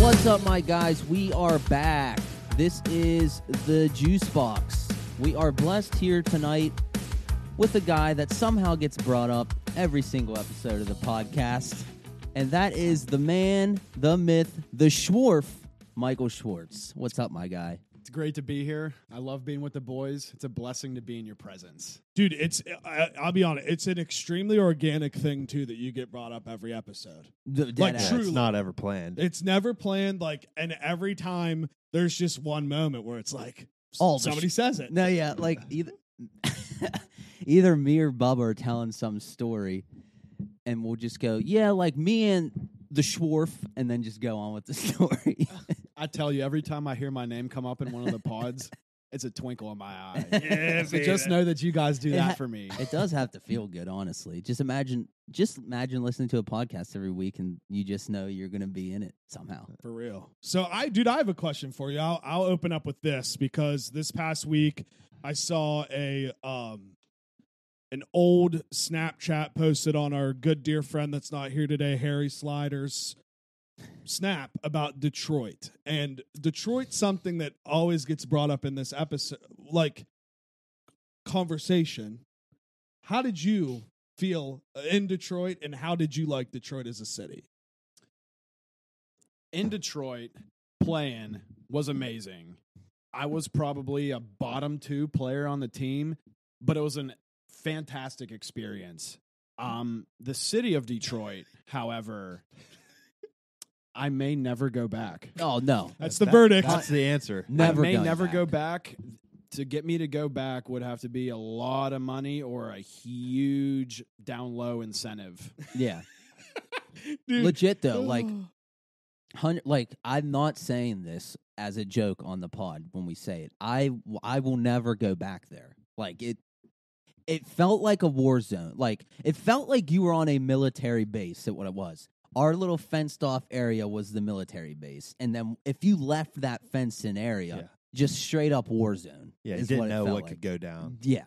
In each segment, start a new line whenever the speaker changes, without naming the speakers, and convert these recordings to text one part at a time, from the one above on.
right, guys, we are back. This is the Juice Box. We are blessed here tonight with a guy that somehow gets brought up every single episode of the podcast, and that is the man, the myth, the Schwarf, Michael Schwartz. What's up, my guy?
It's great to be here. I love being with the boys. It's a blessing to be in your presence.
Dude, it's I, I'll be honest, it's an extremely organic thing too that you get brought up every episode.
D- dead
Like,
ass.
true.
It's not ever planned.
It's never planned like and every time there's just one moment where it's like
All the
somebody says it.
No, yeah, like either either me or Bubba are telling some story, and we'll just go, yeah, like me and the Schwarf, and then just go on with the story.
I tell you, every time I hear my name come up in one of the pods, it's a twinkle in my eye.
Yeah,
So just
baby.
know that you guys do
Yeah.
that for me.
it does have to feel good, honestly. Just imagine, just imagine listening to a podcast every week, and you just know you're going to be in it somehow.
Uh,
For real. So I, dude, I have a question for you. I'll, I'll open up with this because this past week I saw a um an old Snapchat posted on our good dear friend that's not here today, Harry Sliders snap about Detroit and Detroit's something that always gets brought up in this episode, like conversation. How did you feel in Detroit, and how did you like Detroit as a city?
in Detroit playing was amazing. I was probably a bottom two player on the team, but it was a fantastic experience. Um, the city of Detroit, however, I may never go back.
Oh no,
That's the
That-
verdict.
That's the answer.
never.
I may
going
never
back.
go back. To get me to go back would have to be a lot of money or a huge down low incentive.
Yeah,
Dude,
legit though. Like, hundred. Like, I'm not saying this as a joke on the pod when we say it. I w- I will never go back there. Like it. It felt like a war zone. Like it felt like you were on a military base. At what it was. Our little fenced off area was the military base, and then if you left that fenced in area,
Yeah.
just straight up war zone.
Yeah, you
is
didn't
what it
know
felt
what
like.
could go down.
Yeah,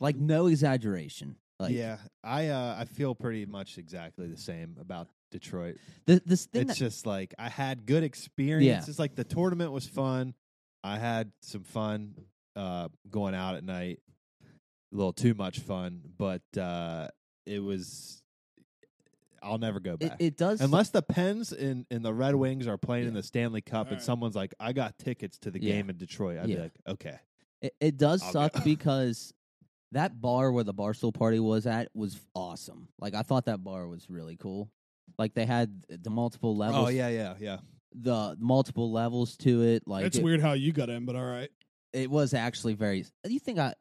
like no exaggeration. Like,
yeah, I uh, I feel pretty much exactly the same about Detroit.
th- this thing.
It's
that,
just like I had good experiences. Like the tournament was fun. I had some fun uh, going out at night. A little too much fun, but uh, it was. I'll never go
it,
back.
it does.
Unless the Pens and, and the Red Wings are playing in
Yeah.
the Stanley Cup and
Alright. someone's
someone's like, I got tickets to the
Yeah. game
game in Detroit, I'd
be Yeah.
be like, okay.
It, it does
I'll
suck
go.
because that bar where the Barstool party was at was awesome. Like I thought that bar was really cool. Like they had the multiple levels,
Oh, yeah, yeah.
the multiple levels to it. Like
it's
it,
weird how you got in, but all right.
It was actually very. You think I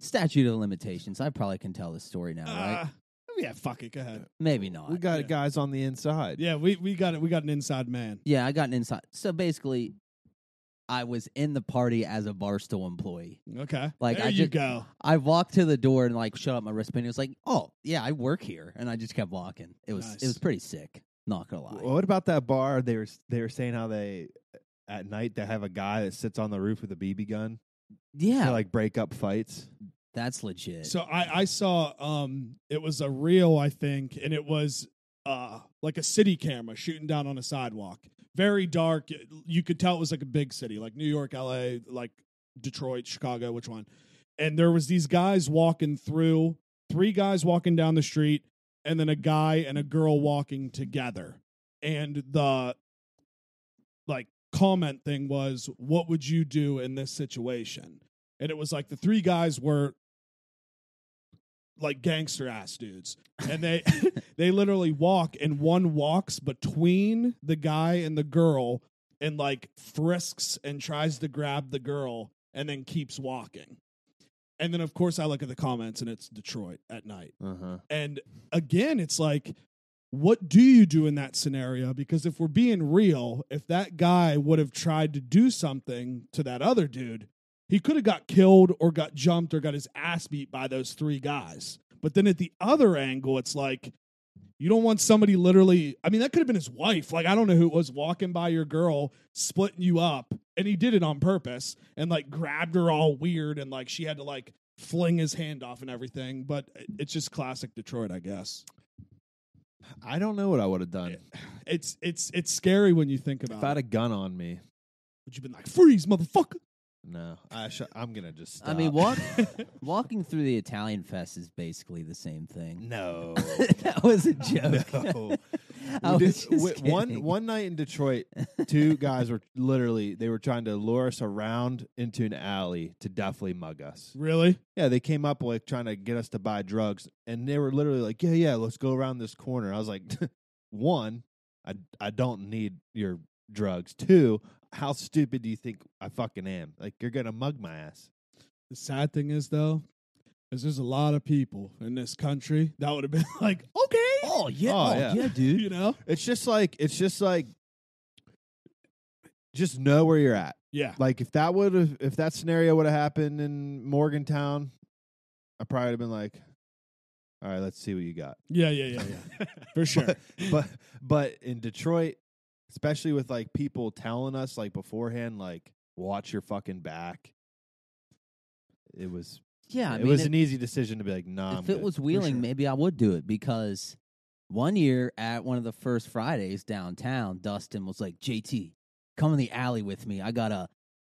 statute of limitations? I probably can tell this story now, right? Uh,
Ah, yeah, fuck it. Go ahead.
Maybe not.
We got
Yeah.
guys on the inside.
Yeah, we, we got it. We got an inside man.
yeah, I got an inside. So basically, I was in the party as a Barstool employee.
Okay.
Like,
there
I
you
just-
go.
I walked to the door and like shut up my wristband. It was like, oh yeah, I work here, and I just kept walking. It was it
Nice.
was pretty sick. Not gonna lie.
Wh- What about that bar? They were s- they were saying how they at night they have a guy that sits on the roof with a BB gun
Yeah,
to like break up fights.
that's legit.
So I, I saw um it was a reel, I think, and it was uh like a city camera shooting down on a sidewalk. Very dark. You could tell it was like a big city, like New York, LA, like Detroit, Chicago, which one? And there was these guys walking through, three guys walking down the street, and then a guy and a girl walking together. And the like comment thing was, what would you do in this situation? And it was like the three guys were like gangster ass dudes. And they they literally walk and one walks between the guy and the girl and like frisks and tries to grab the girl and then keeps walking. And then of course I look at the comments and it's Detroit at night.
Uh huh.
And again, it's like, what do you do in that scenario? Because if we're being real, if that guy would have tried to do something to that other dude, he could have got killed or got jumped or got his ass beat by those three guys. But then at the other angle, it's like, you don't want somebody literally. I mean, that could have been his wife. Like, I don't know who it was walking by your girl, splitting you up. And he did it on purpose and like grabbed her all weird. And like she had to like fling his hand off and everything. But it- it's just classic Detroit, I guess.
I don't know what I would have done.
It's it's it's scary when you think about
If I had
it.
a gun on me,
Would you been like freeze, motherfucker?
no. I sh- I'm gonna just.
I mean,
stop.
walk, walking through the Italian fest is basically the same thing.
No.
that was a joke.
No.
I
We
was
did-
just
wi- one
kidding.
one night in Detroit, two guys were literally they were trying to lure us around into an alley to definitely mug us.
Really?
Yeah, they came up like trying to get us to buy drugs, and they were literally like, "Yeah, yeah, let's go around this corner." I was like, "One, I I don't need your drugs. Two, how stupid do you think I fucking am? Like, you're gonna mug my ass."
The sad thing is though, is there's a lot of people in this country that would have been like, okay,
Oh yeah,
Oh,
oh,
yeah.
yeah.
you
dude.
know,
It's just like it's just like just know where you're at.
yeah,
Like if that would have if that scenario would have happened in Morgantown, I probably would have been like, "All right, let's see what you got."
yeah, yeah, yeah, yeah, for sure.
but but in Detroit, especially with like people telling us like beforehand, like watch your fucking back. It was
Yeah, I
it
mean,
was
it-
an easy decision to be like, nah. I'm
if it
good.
was Wheeling,
Um, sure.
maybe I would do it because one year at one of the first Fridays downtown, Dustin was like, "JT, come in the alley with me. I got a,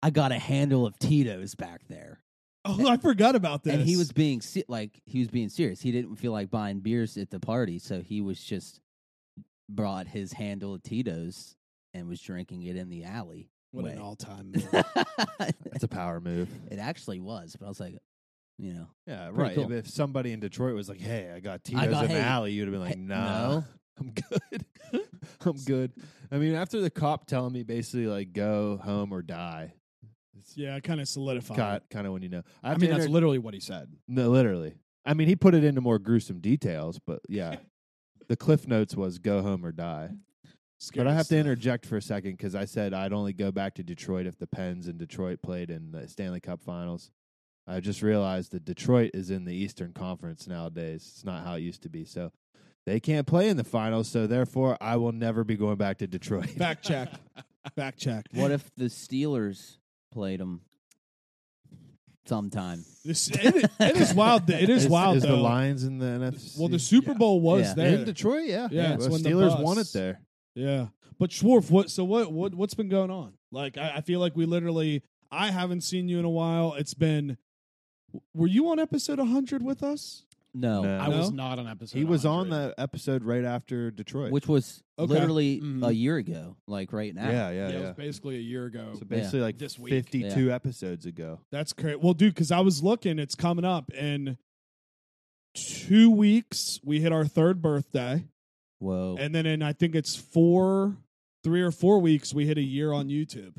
I got a handle of Tito's back there."
oh, I forgot about this.
And he was being se- like he was being serious. He didn't feel like buying beers at the party, so he was just brought his handle of Tito's and was drinking it in the alley.
what an
way.
all-time.
that's a power move.
it actually was, but I was like, you know,
Yeah,
Pretty
right.
cool.
If, if somebody in Detroit was like, "Hey, I got Tito's
got-
in the
hey,
alley," you'd have been like,
hey,
"Nah,
no."
I'm good. I'm good." I mean, after the cop telling me basically like, "Go home or die," it's
yeah, kind of solidified.
kind kind of when you know. I,
I
have to
mean, that's
inter-
literally what he said.
No, literally. I mean, he put it into more gruesome details, but yeah. the cliff notes was go home or die.
Scary
but I have to
stuff.
interject for a second because I said I'd only go back to Detroit if the Pens and Detroit played in the Stanley Cup finals. I just realized that Detroit is in the Eastern Conference nowadays. It's not how it used to be. So they can't play in the finals. So therefore, I will never be going back to Detroit.
Fact check. Fact check.
what if the Steelers played him sometime?
This it, it is wild. th- It is,
is,
wild
is
though.
the Lions in the NFC?
well, the Super Bowl was
Yeah.
there.
in Detroit, yeah,
Yeah, it's
The
when the
Steelers
bus-
won it there.
Yeah, but Schwarf, what? So what? What? What's been going on? Like, I, I feel like we literally, I haven't seen you in a while. It's been. Were you on episode 100 with us?
No,
No.
I was
No?
not on episode.
He was on
100.
the episode right after Detroit.
which was
Okay.
literally
Mhm.
a year ago, like right now.
yeah,
Yeah,
yeah, yeah.
it was basically a year ago.
so basically, like
This week.
fifty-two episodes ago.
That's great. Well, dude, because I was looking, it's coming up in two weeks. We hit our third birthday,
Whoa.
and then in I think it's four, three or four weeks, we hit a year on YouTube.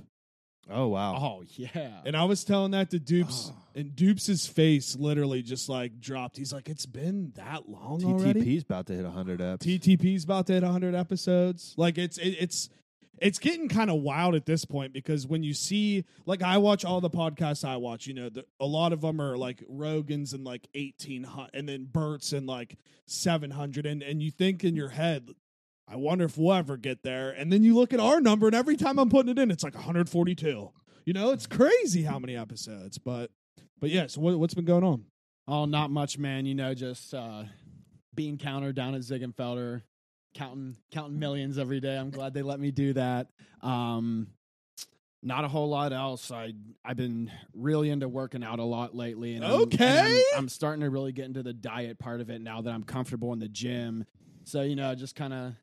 Oh wow!
Oh yeah.
And I was telling that to Dupes, and Dupes' face literally just like dropped. He's like, "It's been that long already."
TTP's about to hit hundred eps.
TTP's about to hit 100 episodes. Like it's it, it's it's getting kind of wild at this point because when you see like I watch all the podcasts I watch, you know, the, a lot of them are like Rogan's and like 1800 and then Burt's and like 700 and and you think in your head I wonder if we'll ever get there. And then you look at our number and every time I'm putting it in it's like 142. You know, it's crazy how many episodes, but but yeah, so what, what's been going on?
Oh, not much, man. You know, just uh, bean counter down at Ziegenfelder, counting counting millions every day. I'm glad they let me do that. Um, not a whole lot else. I I've been really into working out a lot lately. And I'm- and I'm,
Okay.
I'm starting to really get into the diet part of it now that I'm comfortable in the gym. So you know, just kind of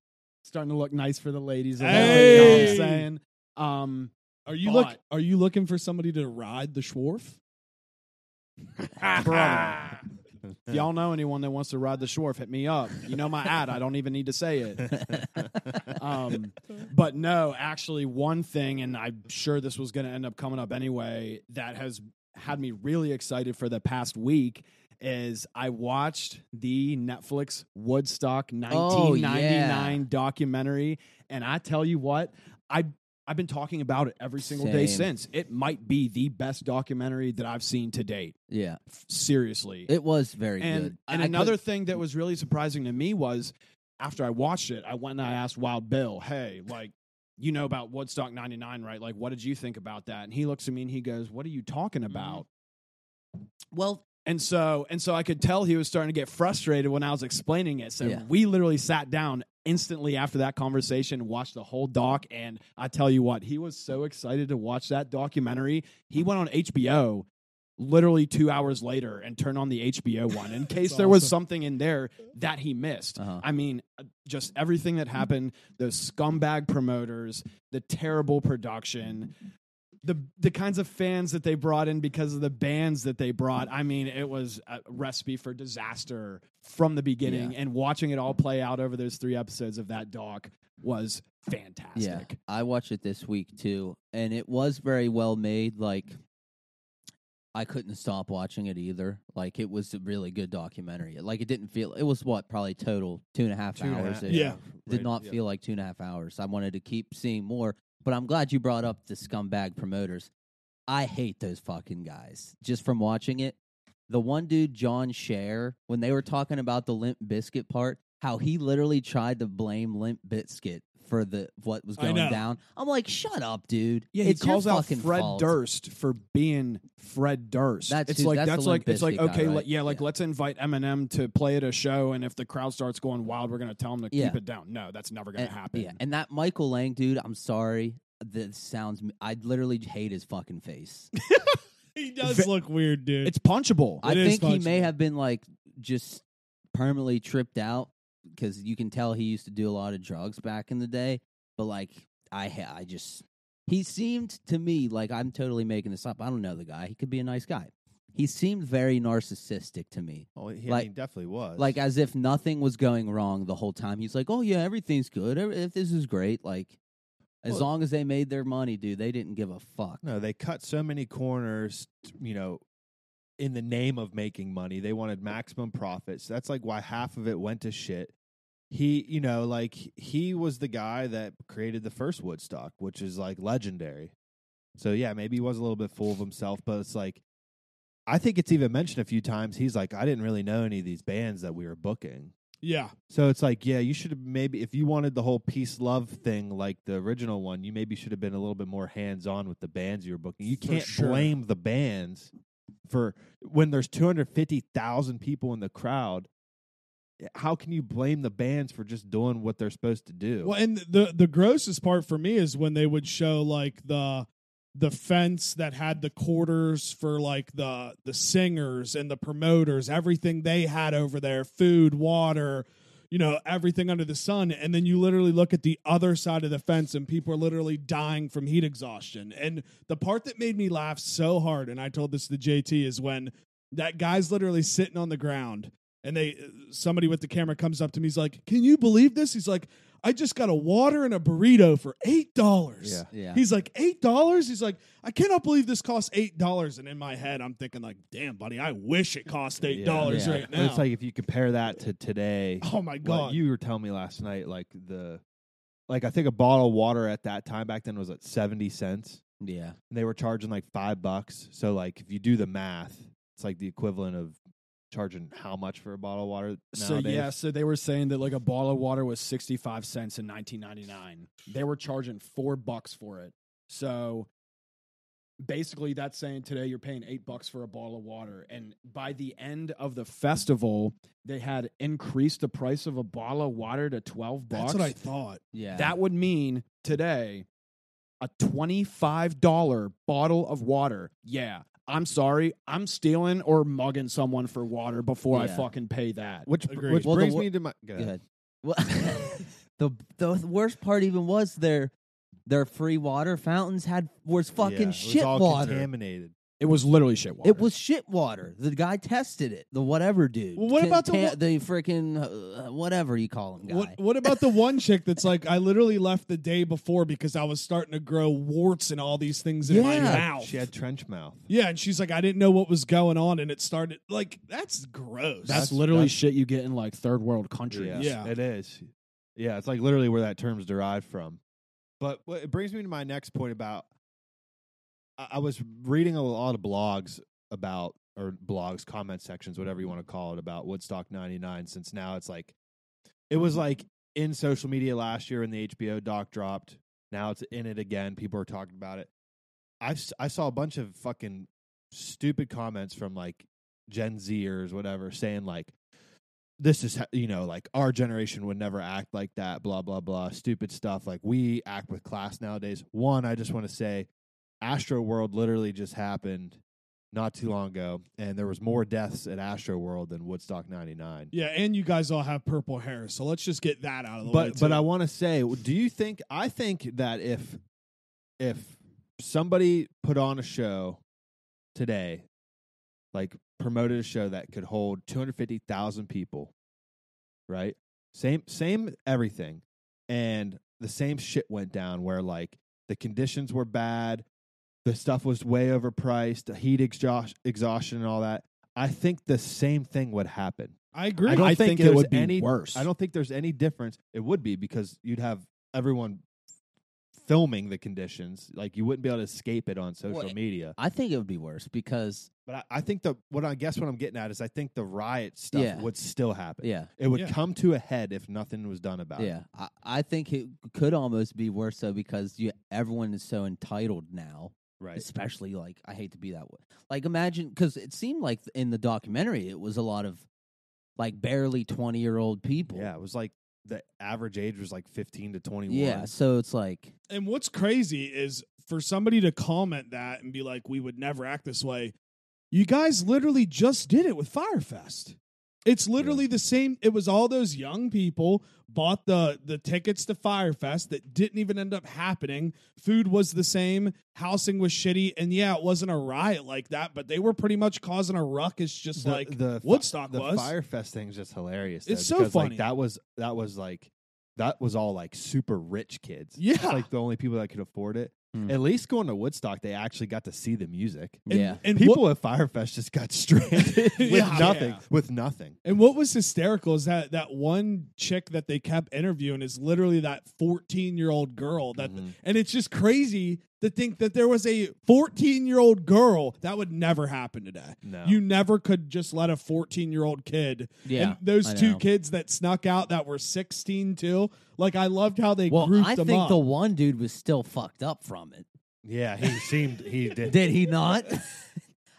starting to look nice for the ladies. a little bit,
Hey.
you know what I'm saying. Um,
Are you look
But-
are you looking for somebody to ride the Schwarf?
Brother. If y'all know anyone that wants to ride the Schwarf, hit me up. You know my ad. I don't even need to say it. Um, but no, actually, one thing, and I'm sure this was going to end up coming up anyway, that has had me really excited for the past week is I watched the Netflix Woodstock 1999 documentary, and I tell you what, I. I've been talking about it every single day
Same.
since. It might be the best documentary that I've seen to date.
yeah.
F- Seriously
It was very
and,
good.
And
I
another
could-
thing that was really surprising to me was after I watched it, I went and I asked Wild Bill, hey, like, you know about Woodstock 99, right?
Mm-hmm.
Like, what did you think about that? And he looks at me and he goes, what are you talking about?
well,
And so and so I could tell he was starting to get frustrated when I was explaining it. So
Yeah.
we literally sat down instantly after that conversation, watched the whole doc, and I tell you what, he was so excited to watch that documentary. He went on HBO literally 2 hours later and turned on the HBO one in case
That's
there was
awesome.
something in there that he missed.
Uh-huh.
I mean, uh, just everything that happened, those scumbag promoters, the terrible production, the the kinds of fans that they brought in because of the bands that they brought. I mean, it was a recipe for disaster from the beginning and watching it all play out over those 3 episodes of that doc was fantastic.
Yeah, I watched it this week too, and it was very well made. Like, I couldn't stop watching it either. Like, it was a really good documentary. Like, it didn't feel. It was what probably total two and a half
Two and a
hours.
half-
ish.
Yeah.
did
right,
not
yeah.
feel like two and a half hours. I wanted to keep seeing more. But I'm glad you brought up the scumbag promoters. I hate those fucking guys. Just from watching it, the one dude John Share, when they were talking about the Limp Biscuit part, how he literally tried to blame Limp Biscuit for the what was
I
going
know.
down. I'm like, shut up, dude.
he
It's your
calls out
fucking
Fred
fault.
Durst for being Fred Durst.
That's
it's
who-
like
that's
that's,
the
like
Limp
it's like
Bizkit guy,
okay,
right?
let- yeah, like
Yeah.
let's invite Eminem to play at a show, and if the crowd starts going wild, we're gonna tell him to
Yeah.
keep it down. No, that's never gonna
And,
happen.
Yeah, and that Michael Lang dude, I'm sorry. This sounds. I literally hate his fucking face.
He does look weird, dude.
it's punchable.
I
It is
think he may
functional.
have been like just permanently tripped out because you can tell he used to do a lot of drugs back in the day. But like, I ha- I just he seemed to me like I'm totally making this up. I don't know the guy. He could be a nice guy. He seemed very narcissistic to me,
Oh, he I
Like-
mean, definitely was.
like as if nothing was going wrong the whole time. He's like, "Oh yeah, everything's good. Every- If this is great, like." As
Well-
long as they made their money, dude, they didn't give a fuck.
no, they cut so many corners, you know, in the name of making money. They wanted maximum profits. That's like why half of it went to shit. He, you know, like he was the guy that created the first Woodstock, which is like legendary. So yeah, maybe he was a little bit full of himself, but it's like I think it's even mentioned a few times. He's like, I didn't really know any of these bands that we were booking.
yeah,
So it's like, yeah, you should have maybe if you wanted the whole peace love thing like the original one, you maybe should have been a little bit more hands on with the bands you were booking. You
For
can't
sure.
blame the bands for when there's two hundred fifty thousand people in the crowd. eh, How can you blame the bands for just doing what they're supposed to do?
Well, and the the grossest part for me is when they would show like the the fence that had the quarters for like the the singers and the promoters, everything they had over there, food, water, you know, everything under the sun, and then you literally look at the other side of the fence and people are literally dying from heat exhaustion. And the part that made me laugh so hard, and I told this to JT, is when that guy's literally sitting on the ground and they somebody with the camera comes up to me he's like can you believe this he's like i just got a water and a burrito for eight dollars
Yeah.
Yeah.
he's like eight dollars he's like i cannot believe this costs eight dollars and in my head i'm thinking like damn buddy i wish it cost eight dollars
Yeah.
right
But
now
It's like if you compare that to today,
oh my
what
god
you were telling me last night, like the like I think a bottle of water at that time back then was at seventy cents.
yeah.
and they were charging like five bucks. So like if you do the math, it's like the equivalent of charging how much for a bottle of water
So
nowadays?
yeah, so they were saying that like a bottle of water was 65 cents in 1999. They were charging 4 bucks for it. So basically that's saying today you're paying 8 bucks for a bottle of water and by the end of the festival they had increased the price of a bottle of water to 12 bucks.
that's what i thought
Yeah.
That would mean today a $25 bottle of water. Yeah. I'm sorry. I'm stealing or mugging someone for water before I
Yeah.
fucking pay that.
Which
Agreed.
which
Well, the
brings
wor-
me to my go
Go
ahead.
ahead. Well, the the worst part even was their their free water fountains had was fucking
Yeah, it was
shit
all
water.
Contaminated.
It was literally shit water.
It was shit water. The guy tested it. The whatever dude.
Well, what about the
ta-
wa-
the freaking uh, whatever you call him guy?
What What about the one chick that's like, I literally left the day before because I was starting to grow warts and all these things in my
Yeah.
mouth.
She had trench mouth.
yeah, and she's like, I didn't know what was going on, and it started like that's gross.
That's,
That's-
literally
that's-
shit you get in like third world countries.
Yeah,
Yeah.
it is. Yeah, it's like literally where that term's derived from. But what- it brings me to my next point about I, I was reading a lot of blogs about or blogs, comment sections, whatever you want to call it, about Woodstock '99. Since now it's like it was like in social media last year when the HBO doc dropped. Now it's in it again. People are talking about it. I s- I saw a bunch of fucking stupid comments from like Gen Zers, whatever, saying like, this is, ho- you know, like our generation would never act like that, blah, blah, blah, stupid stuff. Like we act with class nowadays. One, I just want to say Astro World literally just happened not too long ago, and there was more deaths at Astro World than Woodstock 99.
Yeah, and you guys all have purple hair, so let's just get that out of the way.
but but
too.
I want to say, do you think I think that if if somebody put on a show today, like promoted a show that could hold two hundred fifty thousand people, right? Same same everything, and the same shit went down where like the conditions were bad, the stuff was way overpriced, the heat exhaust, exhaustion and all that. I think the same thing would happen.
I agree.
I don't
I
think
think,
there's
it would be
any-
worse.
I don't think there's any difference. It would be because you'd have everyone filming the conditions. Like you wouldn't be able to escape it on social
Well,
media.
I think it would be worse because
But I, I think the what I guess what I'm getting at is I think the riot stuff
Yeah.
would still happen.
yeah,
It would
Yeah.
come to a head if nothing was done about it.
yeah. I, I think it could almost be worse though because you everyone is so entitled now.
Right.
especially like I hate to be that way. Like imagine because it seemed like in the documentary it was a lot of like barely twenty year old people.
Yeah. It was like the average age was like 15 to 21.
yeah. So it's like
and what's crazy is for somebody to comment that and be like, "We would never act this way." You guys literally just did it with Firefest. It's literally the same. It was all those young people bought the the tickets to Firefest that didn't even end up happening. Food was the same, housing was shitty, and yeah, it wasn't a riot like that, but they were pretty much causing a ruckus, just
The-
like
the fi-
Woodstock
the
was.
Firefest thing's just hilarious. though,
It's so
because,
funny.
Like, that was that was like that was all like super rich kids.
Yeah.
like the only people that could afford it.
Hmm.
At least going to Woodstock, they actually got to see the music.
and,
yeah.
and what-
People at Firefest just got stranded with
Yeah.
nothing.
Yeah.
With nothing.
And what was hysterical is that that one chick that they kept interviewing is literally that 14 year old girl that,
Mm-hmm.
Mhm.
and it's just crazy to think that there was a 14 year old girl that would never happen today.
No.
You never could just let a 14 year old kid.
Yeah,
And those
I
two
know.
kids that snuck out that were 16 too. Like I loved how they
Well,
grouped
I
them
think
up.
the one dude was still fucked up from it.
yeah, he seemed he did.
Did he not?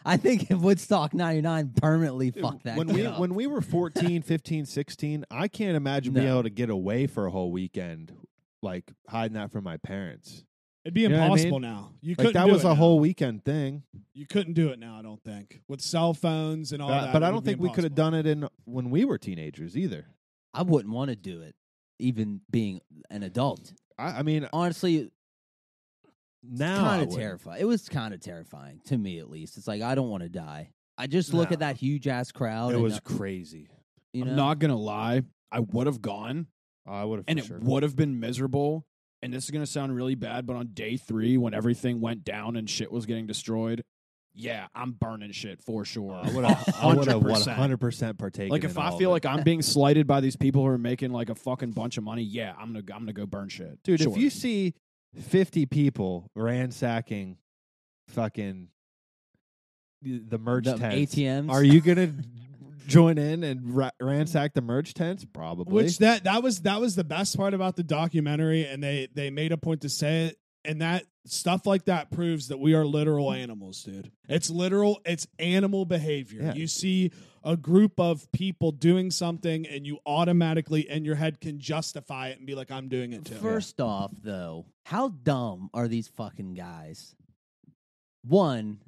I think if Woodstock '99 permanently fucked that
when
kid
we
up.
when we were 14, 15, 16, I can't imagine being
No.
able to get away for a whole weekend like hiding that from my parents.
It'd be
know what I
impossible
mean?
now. You
Like
couldn't
that
do
was
it
a
now.
whole weekend thing.
You couldn't do it now, I don't think. With cell phones and all
But,
that.
but
it
I
would
don't
be
think we could have
impossible.
done it in when we were teenagers either.
I wouldn't want to do it, even being an adult.
I, I mean,
Honestly,
now I
kind of
wouldn't.
terrifying. It was kind of terrifying to me, at least. It's like I don't want to die. I just look
No.
at that huge ass crowd.
It
and,
was
uh,
crazy.
you know,
I'm not gonna lie. I would have gone,
I would have,
and it would have been miserable. And this is gonna sound really bad, but on day three, when everything went down and shit was getting destroyed, yeah, I'm burning shit for sure.
I would have. I would have one
100%.
hundred percent partaken.
Like
in
if I
all
feel
of
like
it.
I'm being slighted by these people who are making like a fucking bunch of money, yeah, I'm gonna I'm gonna go burn shit,
dude,
Sure.
if you see fifty people ransacking, fucking the the merch
the
tents,
ATMs.
are you gonna join in and ra- ransack the merch tents? Probably.
Which that that was that was the best part about the documentary, and they they made a point to say it, and that stuff like that proves that we are literal animals, dude. It's literal, it's animal behavior.
Yeah.
You see a group of people doing something, and you automatically in your head can justify it and be like, "I'm doing it too."
First off, though, how dumb are these fucking guys? One,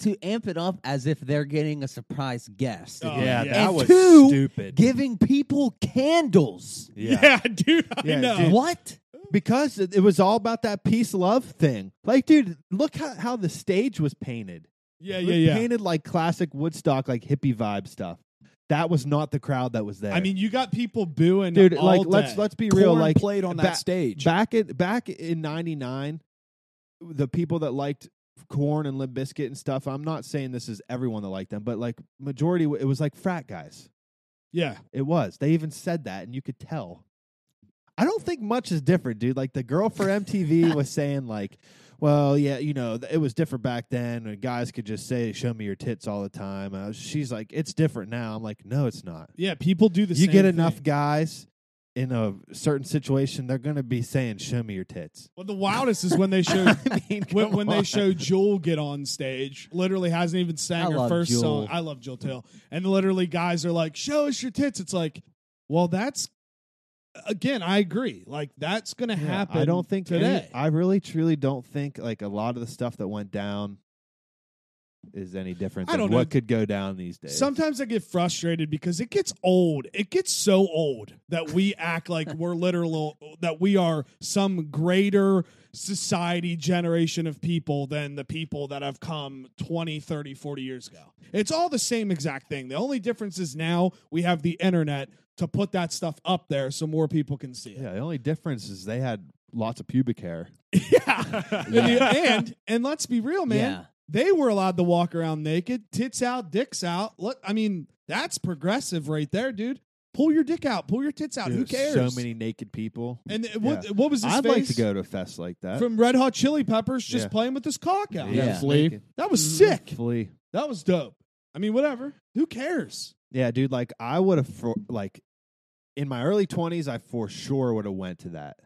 to amp it up as if they're getting a surprise guest,
Oh,
yeah,
yeah.
that
And
was
two,
stupid.
giving people candles.
yeah,
yeah,
dude, I
Yeah,
know.
dude.
What?
because it it was all about that peace love thing. Like, dude, look how, how the stage was painted.
Yeah,
It
yeah,
was
yeah.
Painted like classic Woodstock, like hippie vibe stuff. That was not the crowd that was there.
I mean, you got people booing,
dude,
all
like
day.
let's let's be real.
Korn
Like
played on that
ba-
stage.
back in back in '99, the people that liked corn and Limp Biscuit and stuff. I'm not saying this is everyone that liked them, but like majority, it was like frat guys.
yeah.
It was. They even said that, and you could tell. I don't think much is different, dude. Like the girl for MTV was saying, like, well, yeah, you know, th- it was different back then, and guys could just say, "Show me your tits" all the time. Uh, she's like, "It's different now." I'm like, "No, it's not.
Yeah, people do the
you
same
get enough
thing.
guys in a certain situation, they're going to be saying, "Show me your tits."
Well, the wildest is when they show
I mean,
when,
come
when they
on.
show Jewel get on stage, literally hasn't even sang
I
her
love
first
Jewel.
song. I love Jewel Till. And literally guys are like, show us your tits. It's like, well, that's again, I agree. Like that's gonna
Yeah,
happen.
I don't think any-
today.
I really truly don't think like a lot of the stuff that went down is any different
I
than
don't know.
what could go down these days.
Sometimes I get frustrated because it gets old. It gets so old that we act like we're literal that we are some greater society generation of people than the people that have come 20, 30, 40 years ago. It's all the same exact thing. The only difference is now we have the internet to put that stuff up there so more people can see it.
yeah, the only difference is they had lots of pubic hair.
Yeah. and and let's be real, man.
Yeah.
They were allowed to walk around naked, tits out, dicks out. Look, I mean, that's progressive right there, dude. Pull your dick out, pull your tits out. Who
Dude,
cares?
So many naked people.
And th- what
Yeah.
what was his
I'd
face
like to go to a fest like that.
from Red Hot Chili Peppers just
Yeah.
playing with his cock out?
Yeah.
it's
Flea.
naked.
That was sick.
Flea.
That was dope. I mean, whatever. Who cares?
Yeah, dude. Like I would have for like in my early twenties, I for sure would have went to that.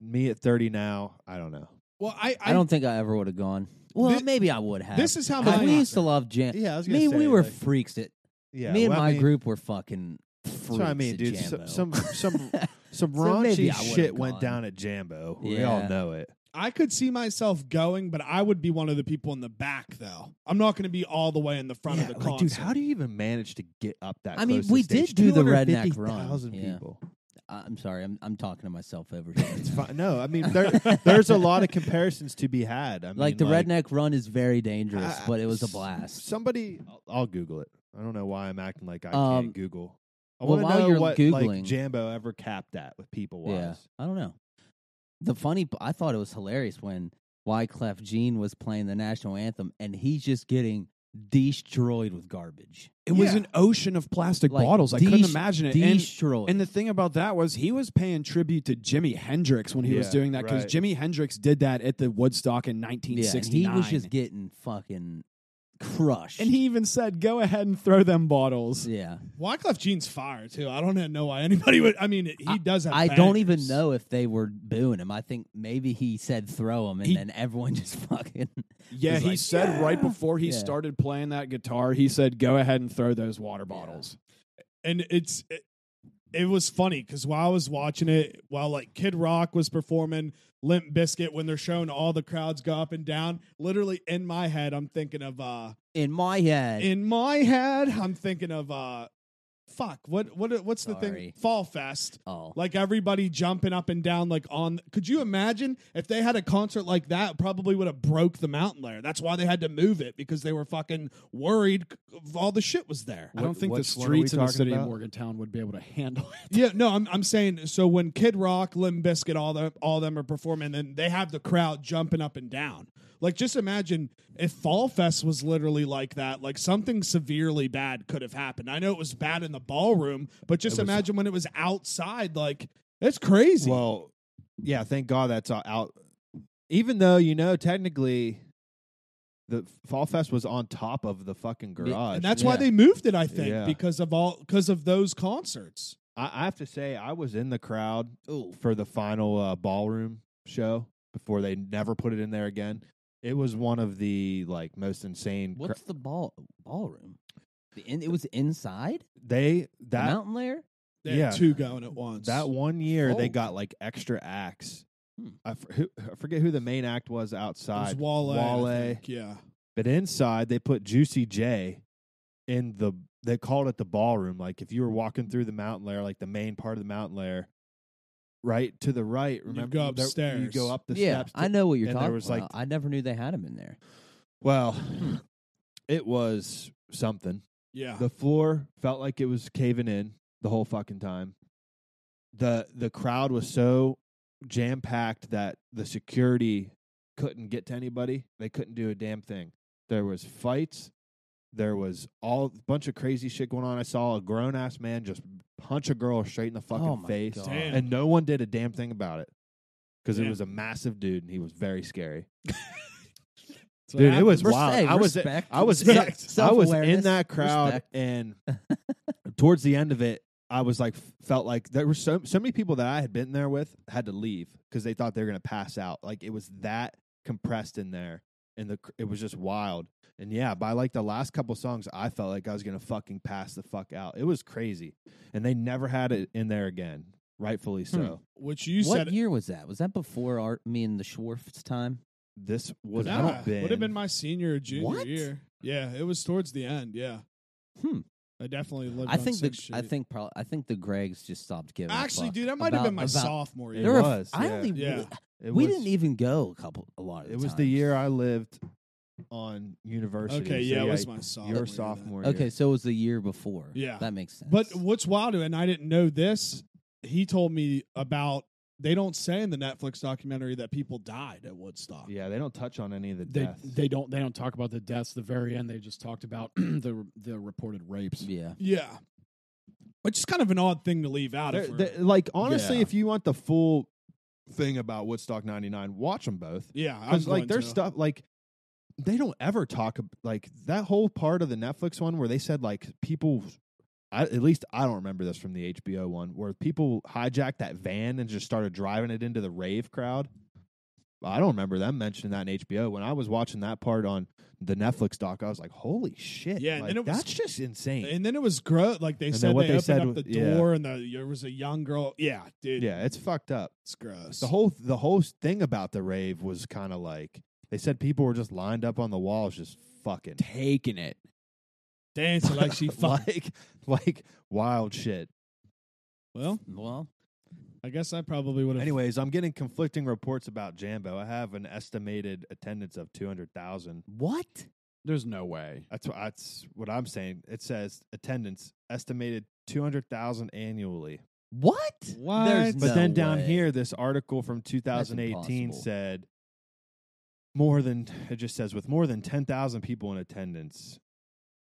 Me at thirty now, I don't know.
Well, I
I, don't think I ever would have gone. Well,
Thi-
maybe I would have.
this is how
'Cause
my
we used to love jam.
Yeah, I was gonna
Me,
say,
we were
like-
freaks. At
Yeah,
me and
well, I
my
mean,
group were fucking. Freaks
That's what I mean,
at
dude. So-
Jambo.
Some some some
So maybe
raunchy
I would've
shit went
gone.
down at Jambo. We all
Yeah.
know it.
I could see myself going, but I would be one of the people in the back though. I'm not going to be all the way in the front
Yeah,
of the
like,
concert.
dude, how do you even manage to get up that?
I mean,
close to
we
stage?
did do the redneck run.
250,000
Yeah.
people.
I- I'm sorry. I'm I'm talking to myf over here.
It's fine. No, I mean there, there's a lot of comparisons to be had. I mean,
like the redneck run is very dangerous,
I-
but it was a
s-
blast.
Somebody, I'll, I'll Google it. I don't know why I'm acting like I
Um,
can't Google. I
well,
want
while
to know
you're
what like
Googling-
Jambo ever capped at with people wise.
Yeah, I don't know. The funny, p- I thought it was hilarious when Wyclef Jean was playing the national anthem, and he's just getting destroyed with garbage.
It was
Yeah.
an ocean of plastic
Like,
bottles. I couldn't
dest-
imagine it. And
Destroyed.
And the thing about that was he was paying tribute to Jimi Hendrix when he was
Yeah,
doing that because
right.
Jimi Hendrix did that at the Woodstock
yeah,
in
and
1969.
he was just getting fucking crushed.
And he even said, "Go ahead and throw them bottles."
yeah,
Wyclef Jean's fire too. I don't know why anybody would. I mean, he does have.
I don't even
bangers.
know if they were booing him. I think maybe he said throw him, and
He-
then everyone just fucking.
Yeah,
was
he
like,
said right before he
Yeah.
started playing that guitar, he said, "Go ahead and throw those water bottles."
And it's it, it was funny because while I was watching it, while like Kid Rock was performing Limp Biscuit, when they're showing all the crowds go up and down, literally in my head, I'm thinking of uh,
In my head,
in my head, I'm thinking of uh, fuck, what what what's the
Sorry.
thing? Fall Fest.
oh,
Like everybody jumping up and down, like on. Could you imagine if they had a concert like that? Probably would have broke the mountain layer. That's why they had to move it because they were fucking worried. of All the shit was there.
I don't
What-
think the
which one are we
streets in the
talking
city of
about?
Morgantown would be able to handle it.
Yeah, no, I'm I'm saying so when Kid Rock, Limp Biscuit, all the all them are performing, then they have the crowd jumping up and down. Like just imagine if Fall Fest was literally like that. Like something severely bad could have happened. I know it was bad in the ballroom, but just
It was-
imagine when it was outside. Like it's crazy.
Well, yeah, thank God that's all out. Even though you know technically, the Fall Fest was on top of the fucking
And
garage.
and that's
yeah.
why they moved it, I think,
Yeah.
because of all because of those concerts.
I, I have to say, I was in the crowd
Ooh.
for the final uh, ballroom show before they never put it in there again. It was one of the like most insane. cra-
what's the ball ballroom? The in, it was inside
they
the
that
mountain layer.
They had
Yeah.
two going at once.
that one year
Oh.
they got like extra acts.
Hmm.
I, f- who, I forget who the main act was
It was
outside,
Wale. I
Wale.
think, Yeah.
but inside they put Juicy J in the. They called it the ballroom. Like if you were walking through the mountain lair, like the main part of the mountain lair, right to the right. Remember,
go
there- You
upstairs.
go up the
yeah,
steps. to-
I know what you're
and there
talking
was,
about.
like,
I never knew they had him in there.
Well, it was something.
Yeah.
The floor felt like it was caving in the whole fucking time. The the crowd was so jam packed that the security couldn't get to anybody. They couldn't do a damn thing. There was fights. There was all a bunch of crazy shit going on. I saw a grown ass man just punch a girl straight in the fucking
Oh my
face,
God.
Damn.
and no one did a damn thing about it because it
Damn.
was a massive dude and he was very scary.
So
Dude,
that-
it was
Res-
wild.
hey,
I was
respect.
I was
Respect.
in, I was in
Self-awareness.
that crowd,
Respect.
and towards the end of it, I was like felt like there were so so many people that I had been there with had to leave because they thought they were gonna pass out. Like it was that compressed in there, and the cr- it was just wild. And yeah, by like the last couple songs, I felt like I was gonna fucking pass the fuck out. It was crazy, and they never had it in there again.
Hmm.
Rightfully so.
Which you
what
said
year was that? Was that before our, me and the Schwartz time?
This was
Nah,
not been.
would have been my senior or junior
What?
year. Yeah, it was towards the end. Yeah,
Hmm.
I definitely lived.
I
on
think the
Sixth
I
Street.
think probably I think the Gregs just stopped giving. a
actually,
fuck
dude, that might have been my
about- about-
sophomore
It
There
year.
were-
was,
I
yeah.
only
Yeah.
It
we
was-
didn't even go a couple a lot of. The
It was the
times.
year I lived on university.
Okay,
so
yeah, it was
y-
my sophomore. year
your
then.
sophomore.
Okay,
year.
so it was the year before.
Yeah.
that makes sense.
But what's wild, and I didn't know this. He told me about. They don't say in the Netflix documentary that people died at Woodstock.
yeah, they don't touch on any of the
They,
deaths.
they don't they don't talk about the deaths. The very end, they just talked about the the reported rapes.
yeah,
Yeah. Which is kind of an odd thing to leave out.
They're-
if we're-
they're- like honestly,
Yeah.
if you want the full thing about Woodstock '99, watch them both.
yeah, I was
Because like
going
there's
to.
stuff like they don't ever talk ab- like that whole part of the Netflix one where they said like people. I, at least I don't remember this from the HBO one where people hijacked that van and just started driving it into the rave crowd. I don't remember them mentioning that in HBO. When I was watching that part on the Netflix doc, I was like, "Holy shit!"
Yeah, and
like,
then it was-
that's just insane.
And then it was gross. Like they
And then
said,
what
they,
they
opened
said
up the
was- yeah.
door, and the, there was a young girl. Yeah, dude.
yeah, it's fucked up.
it's gross.
The whole the whole thing about the rave was kind of like they said people were just lined up on the walls, just fucking
Taking it.
dancing like she fucked.
like like wild shit.
Well,
well,
I guess I probably would have.
Anyways, I'm getting conflicting reports about Jambo. I have an estimated attendance of two hundred thousand.
what?
There's no way.
That's what that's what I'm saying. It says attendance estimated two hundred thousand annually.
What?
What?
There's
But
no
then down
way.
here, this article from 2018
impossible.
said more than it just says with more than ten thousand people in attendance.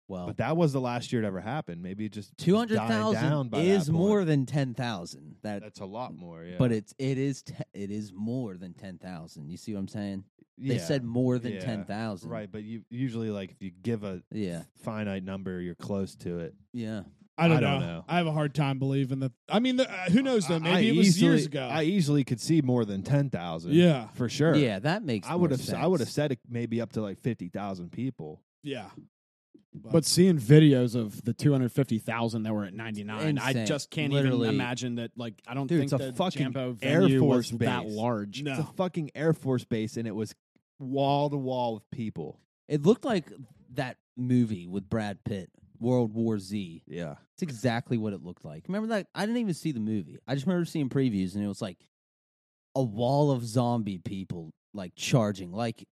well,
But that was the last year it ever happened. Maybe it just
Oh. two
was
hundred
dying down
thousand
by
is
that point.
more than ten thousand. That,
That's a lot more. Yeah,
but it's it is te- it is more than ten thousand. You see what I'm saying? They
Yeah,
said more than
Yeah.
ten thousand.
right. But you usually like if you give a
Yeah.
finite number, you're close to it.
Yeah.
I don't,
I don't
know.
know.
I have a hard time believing that. I mean, the, uh, who knows though?
I- I
Maybe it was
easily-
years ago.
I easily could see more than ten thousand.
yeah,
for sure.
Yeah. That makes.
I
more
would have.
Sense.
I would have said it maybe up to like fifty thousand people.
yeah.
But seeing videos of the 250,000 that were at 99, I
Insane.
just can't
Literally.
even imagine that. Like, I don't
Dude,
think
it's a
the
fucking
Jambo
Air
venue
Force
was that
base.
large.
No.
It's a fucking Air Force base, and it was wall to wall of people.
It looked like that movie with Brad Pitt, World War Z.
Yeah,
It's exactly what it looked like. Remember that? I didn't even see the movie. I just remember seeing previews, and it was like a wall of zombie people like charging. Like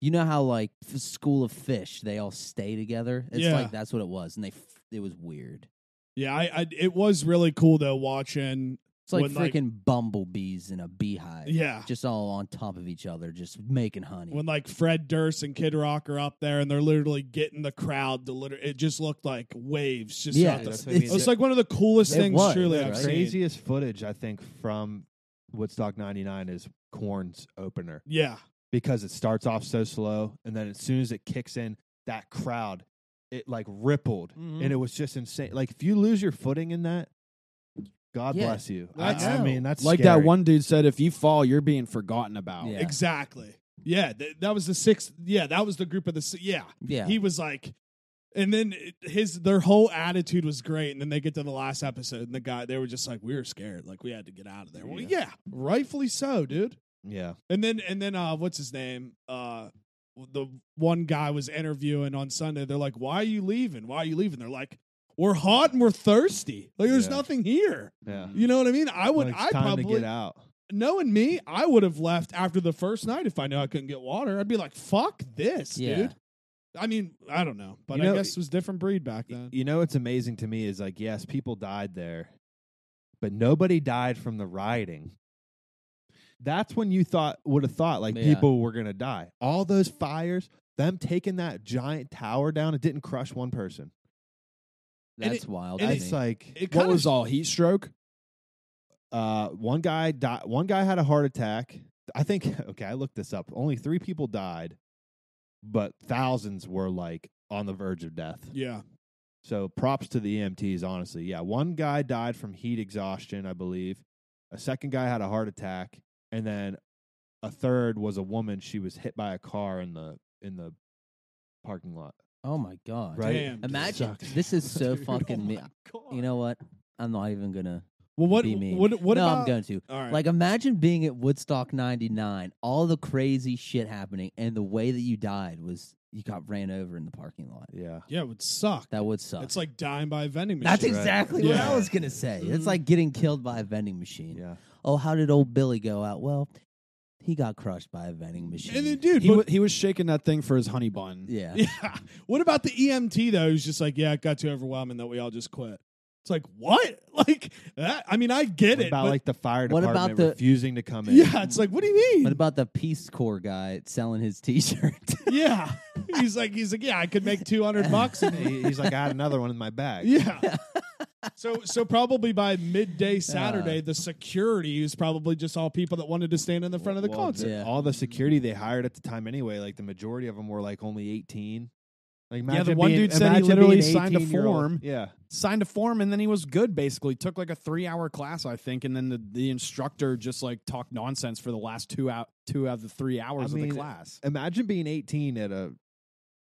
you know how like f- School of Fish, they all stay together. It's
Yeah.
like that's what it was, and they f- it was weird.
yeah, I, I it was really cool though watching.
It's like
When, like-
freaking bumblebees in a beehive,
Yeah,
just all on top of each other, just making honey.
when like Fred Durst and Kid Rock are up there and they're literally getting the crowd to liter- it just looked like waves just
Yeah,
out the
that's
what I mean.
It was like one of the coolest
It
things
was,
truly
right?
I've seen.
craziest footage I think from Woodstock '99 is Corn's opener
Yeah.
because it starts off so slow, and then as soon as it kicks in, that crowd it like rippled, and
Mm-hmm.
it was just insane. Like if you lose your footing in that, God
Yeah.
bless you. I,
That's-
I mean, that's
Like
scary.
that one dude said, if you fall, you're being forgotten about.
Yeah.
Exactly. Yeah, th- that was the sixth. Yeah, that was the group of the si- yeah.
yeah,
He was like and then it- his their whole attitude was great and then they get to the last episode and the guy they were just like we were scared like we had to get out of there. Well,
Yeah.
yeah, rightfully so, dude.
Yeah,
And then and then uh what's his name? Uh the one guy was interviewing on Sunday. They're like, "Why are you leaving? Why are you leaving?" They're like, "We're hot and we're thirsty. Like there's
Yeah.
nothing here."
yeah.
Mm.
You know what I mean? I would
Like, it's
I
time
probably
to get out.
knowing me, I would have left after the first night if I knew I couldn't get water. I'd be like, "Fuck this,
Yeah.
dude." I mean, I don't know, but
You
I
know-
guess it was different breed back then.
You know what's amazing to me is like, yes, people died there, but nobody died from the rioting. That's when you thought would have thought like
Yeah.
people were gonna die. All those fires, them taking that giant tower down, it didn't crush one person.
and
that's
it-
wild.
and
to
it's
me.
It's like
It
What
kind
was
of
all heat stroke?
uh, one guy died. One guy had a heart attack. I think. Okay, I looked this up. Only three people died, but thousands were like on the verge of death.
yeah,
So props to the EMTs, honestly. Yeah, one guy died from heat exhaustion, I believe. A second guy had a heart attack, and then a third was a woman. She was hit by a car in the in the parking lot.
Oh my god!
Right?
Damn, dude.
Imagine
Sucks.
this is so
Dude,
fucking
oh
me.
my God.
You know what? I'm not even gonna.
well, what?
be mean.
What? What
no,
about?
I'm going to.
all right.
Like, imagine being at Woodstock '99, all the crazy shit happening, and the way that you died was you got ran over in the parking lot.
Yeah.
yeah, it would suck.
That would suck.
It's like dying by a vending machine.
That's
right? Mm-hmm.
exactly what
Yeah.
I was gonna say. It's like getting killed by a vending machine.
Yeah.
Oh, how did old Billy go out? Well, he got crushed by a vending machine.
And then, dude,
He,
but-
wa- he was shaking that thing for his honey bun.
yeah.
Yeah. What about the EMT though? Who's just like, yeah, it got too overwhelming that we all just quit. It's like what? Like that? I mean, I get
What
it.
about
but-
like the fire
What about
department
the-
refusing to come in?
yeah, it's like, what do you mean?
What about the Peace Corps guy selling his T-shirt?
yeah, he's like, he's like, yeah, I could make two hundred bucks.
And he- he's like, I had another one in my bag.
Yeah. So, so probably by midday Saturday, the security is probably just all people that wanted to stand in the front of the
Well,
concert.
Yeah.
All the security they hired at the time, anyway, like the majority of them were like only 18. Like,
the
imagine
one
being-
dude said he
imagine
literally
being an
signed a
18-year-old.
form.
Yeah.
Signed a form and then he was good. Basically, took like a three-hour class, I think, and then the, the instructor just like talked nonsense for the last two out two out of the three hours of
mean,
the class.
Imagine being 18 at a,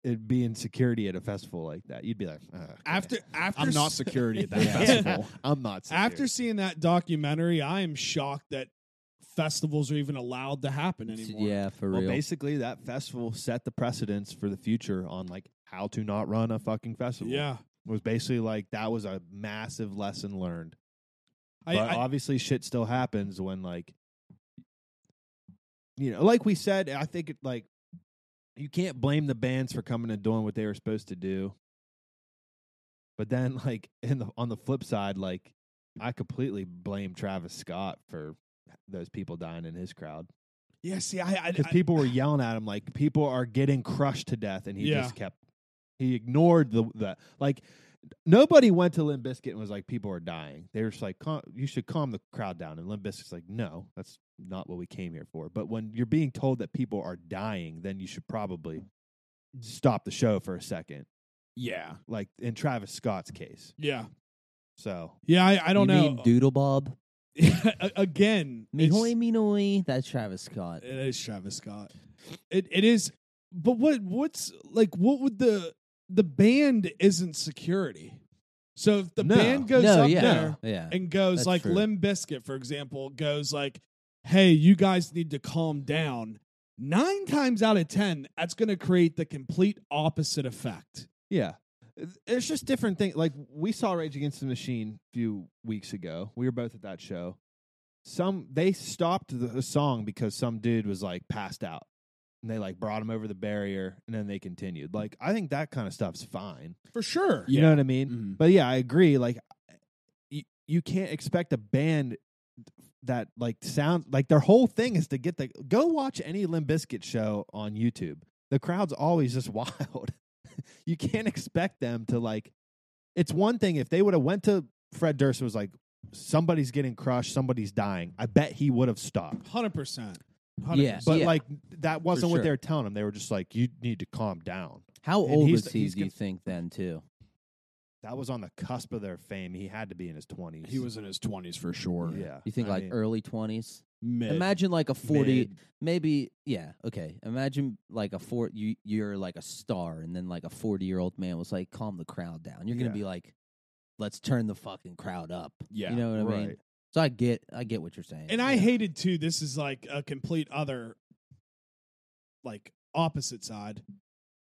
it being security at a festival like that. You'd be like, "Ugh, okay.
After, after,
I'm not
s-
security at that
Yeah.
festival.
I'm not security.
after seeing that documentary, I am shocked that festivals are even allowed to happen anymore.
yeah, for
Well,
real.
basically, that festival set the precedence for the future on like how to not run a fucking festival.
yeah.
was basically like that was a massive lesson learned.
I,
but
I-
obviously, shit still happens when like, you know, like we said, I think it, like you can't blame the bands for coming and doing what they were supposed to do. But then, like in the on the flip side, like I completely blame Travis Scott for those people dying in his crowd
yeah. See, I, I,
because
I-
people were yelling at him like people are getting crushed to death and he
Yeah.
just kept he ignored the the like nobody went to Limp Bizkit and was like people are dying they were just like "Cal- you should calm the crowd down and Limp Bizkit's like no that's not what we came here for but when you're being told that people are dying then you should probably stop the show for a second
yeah,
like in Travis Scott's case
yeah,
so
yeah. I, I don't
you
know.
Mean Doodle Bob.
A- again,
Me
it's-
hoy, me noy. That's Travis Scott.
it is Travis Scott. It it is, but what what's like? What would the the band isn't security? So if the
No.
band goes
no,
up
yeah,
there
yeah.
and goes
That's
like
true.
Limb Biscuit, for example, goes like, "Hey, you guys need to calm down." Nine times out of ten, that's going to create the complete opposite effect.
Yeah. It's just different things. Like we saw Rage Against the Machine a few weeks ago. We were both at that show. Some they stopped the the song because some dude was like passed out. And they like brought him over the barrier and then they continued. Like I think that kind of stuff's fine.
For sure.
You know what I mean?
Mm-hmm.
Mhm.
But yeah, I agree. Like you, you can't expect a band that like sounds like their whole thing is to get the go watch any Limp Bizkit show on YouTube. The crowd's always just wild. you can't expect them to like. It's one thing if they would have went to Fred Durst and was like, "Somebody's getting crushed, somebody's dying." I bet he would have stopped.
Hundred percent.
Yeah.
But like that wasn't what
sure.
they were telling him. They were just like, "You need to calm down."
How
and
old
he's-
was he?
he's
do you
gonna-
think then too?
That was on the cusp of their fame. He had to be in his twenties.
he was in his twenties for sure.
Yeah.
You think
I
like
mean,
early twenties?
Mid.
Imagine like a forty,
mid.
maybe. Yeah, okay. Imagine like a four. You you're like a star, and then like a forty year old man was like, "Calm the crowd down." You're gonna
Yeah.
be like, "Let's turn the fucking crowd up."
Yeah,
you know what I mean.
right.
So I get I get what you're saying,
And I
Yeah.
hated too. This is like a complete other, like opposite side.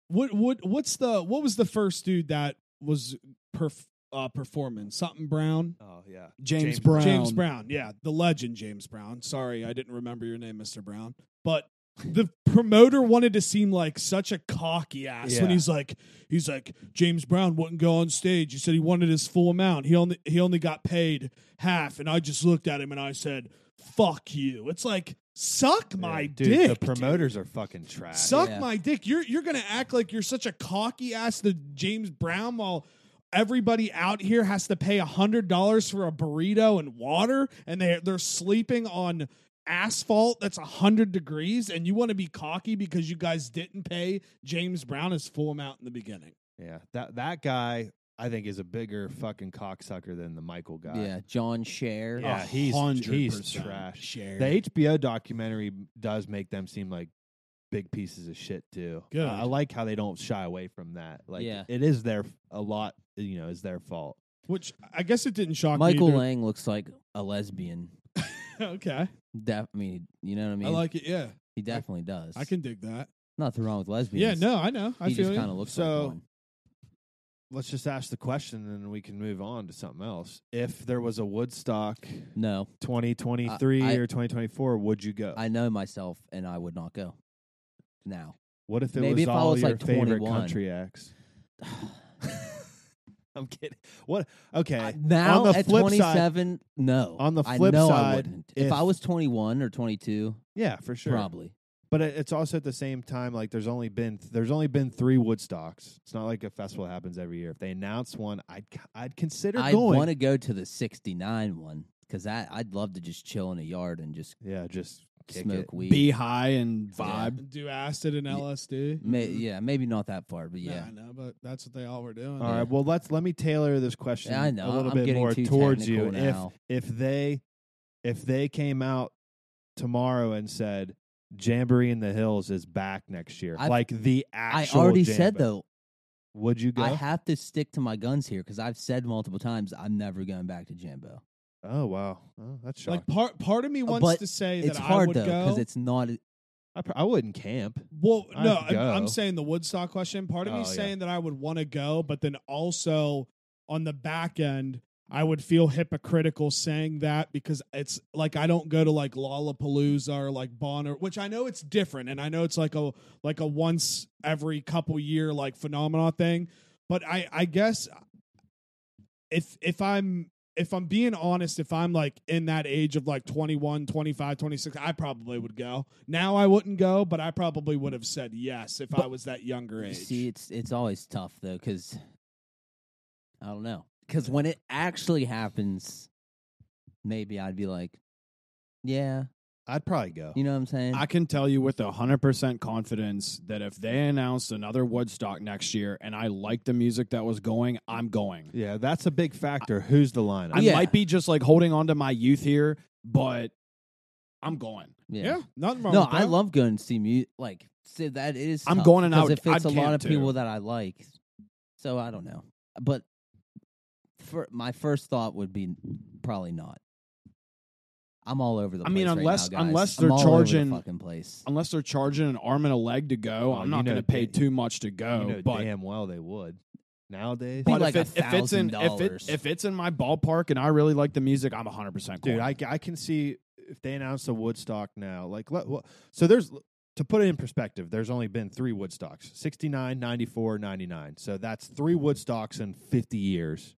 What what what's the what was the first dude that was perf, uh, performing something Brown?
Oh yeah.
James,
James-
Brown.
James Brown, yeah, the legend James Brown. Sorry, I didn't remember your name, Mister Brown. But the promoter wanted to seem like such a cocky ass when
Yeah.
he's like, he's like James Brown wouldn't go on stage. He said he wanted his full amount. He only he only got paid half, and I just looked at him and I said, "Fuck you." It's like suck my
Yeah, dude,
dick.
The
dude.
promoters are fucking trash.
Suck
Yeah.
my dick. You're you're gonna act like you're such a cocky ass to James Brown while everybody out here has to pay hundred dollars for a burrito and water, and they they're sleeping on asphalt that's hundred degrees, and you want to be cocky because you guys didn't pay James Brown his full amount in the beginning.
yeah, that that guy. I think is a bigger fucking cocksucker than the Michael guy.
Yeah, John Share.
Yeah, he's- he's trash. The HBO documentary does make them seem like big pieces of shit too.
Good.
I, I like how they don't shy away from that. Like
Yeah.
it is their a lot, you know, is their fault.
Which I guess it didn't shock
Michael
me. either.
Lang looks like a lesbian.
okay,
Def- I mean, you know what I mean?
I like it. Yeah,
he definitely does.
I can dig that.
Nothing wrong with
Yeah,
lesbians.
no, I know. I
he
feel
just
you.
kind of looks
So-
like one.
Let's just ask the question and we can move on to something else. If there was a Woodstock
No,
2023
I- I-
or 2024, would you go?
I know myself, and I would not go. Now,
what if it
maybe
was
if I
all
was,
your
like,
favorite
21.
country acts? I'm kidding. What? Okay.
I- now
the
at
flip side-
27, no.
On the
I
flip
know I
side,
wouldn't. If,
if-
I was 21 or 22,
yeah, for sure.
probably.
But it- it's also at the same time like there's only been there's only been three Woodstocks. It's not like a festival that happens every year. If they announce one, I'd I'd consider
I
going.
want to go to the 69 one because I'd love to just chill in a yard and just
yeah, just kick
smoke
it.
weed.
Be high and
Yeah.
vibe.
do acid and
Yeah.
LSD.
May, yeah, maybe not that far, but
yeah,
yeah. Uh,
I know, but that's what they all were doing.
All right. Well, let's let me tailor this question
Yeah, I know.
a little
I'm
bit
getting
more
too
towards you.
technical now.
If if they if they came out tomorrow and said Jamboree in the Hills is back next year,
I've-
like the
I
actual.
already said
Jambo-
though,
Would you go?
I have to stick to my guns here because I've said multiple times I'm never going back to Jambo.
oh wow, oh, that's shocking.
like part part of me wants
Uh, But
to say that
It's
I
hard
would
though
go.
because it's not.
I, pr- I wouldn't camp.
well,
I'd
no, I'm, I'm
go.
saying the Woodstock question. Part of
Oh,
me
yeah.
saying that I would want to go, but then also on the back end, I would feel hypocritical saying that because it's like I don't go to like Lollapalooza or like Bonner, which I know it's different, and I know it's like a like a once every couple year like phenomenon thing. But I I guess if if I'm if I'm being honest, if I'm like in that age of like 21, 25, 26, I probably would go. Now I wouldn't go, but I probably would have said yes if I was that younger
You
age.
see, it's it's always tough though because I don't know because when it actually happens, maybe I'd be like, yeah,
I'd probably go.
you know what I'm saying.
I can tell you with a 100% confidence that if they announced another Woodstock next year and I like the music that was going, I'm going.
yeah, that's a big factor. Who's the lineup?
I
Yeah.
might be just like holding on to my youth here, but I'm going.
yeah.
yeah. nothing wrong
No,
with that.
I love going to see music. Like, so that is.
I'm
tough,
going and I
'cause
would-
It fits
I'd
a lot
camp
of
too.
people that I like. So I don't know, but for my first thought would be probably not. I'm all over the.
I
place
mean,
right now,
unless-
guys.
unless
I'm
they're
all over the
charging-
fucking place.
Unless they're charging an arm and a leg to go,
Oh,
I'm
you
not
know
going to pay
da-
too much to go.
you know
but
damn well they would. Nowadays,
Be
but
like
if, it, if it's in if it
$1,000.
if it's in my ballpark and I really like the music, I'm 100 percent
dude, I, I can see if they announce a Woodstock now, like let, wha- so there's to put it in perspective, there's only been three Woodstocks: 69, 94, 99. So that's three Woodstocks in 50 years,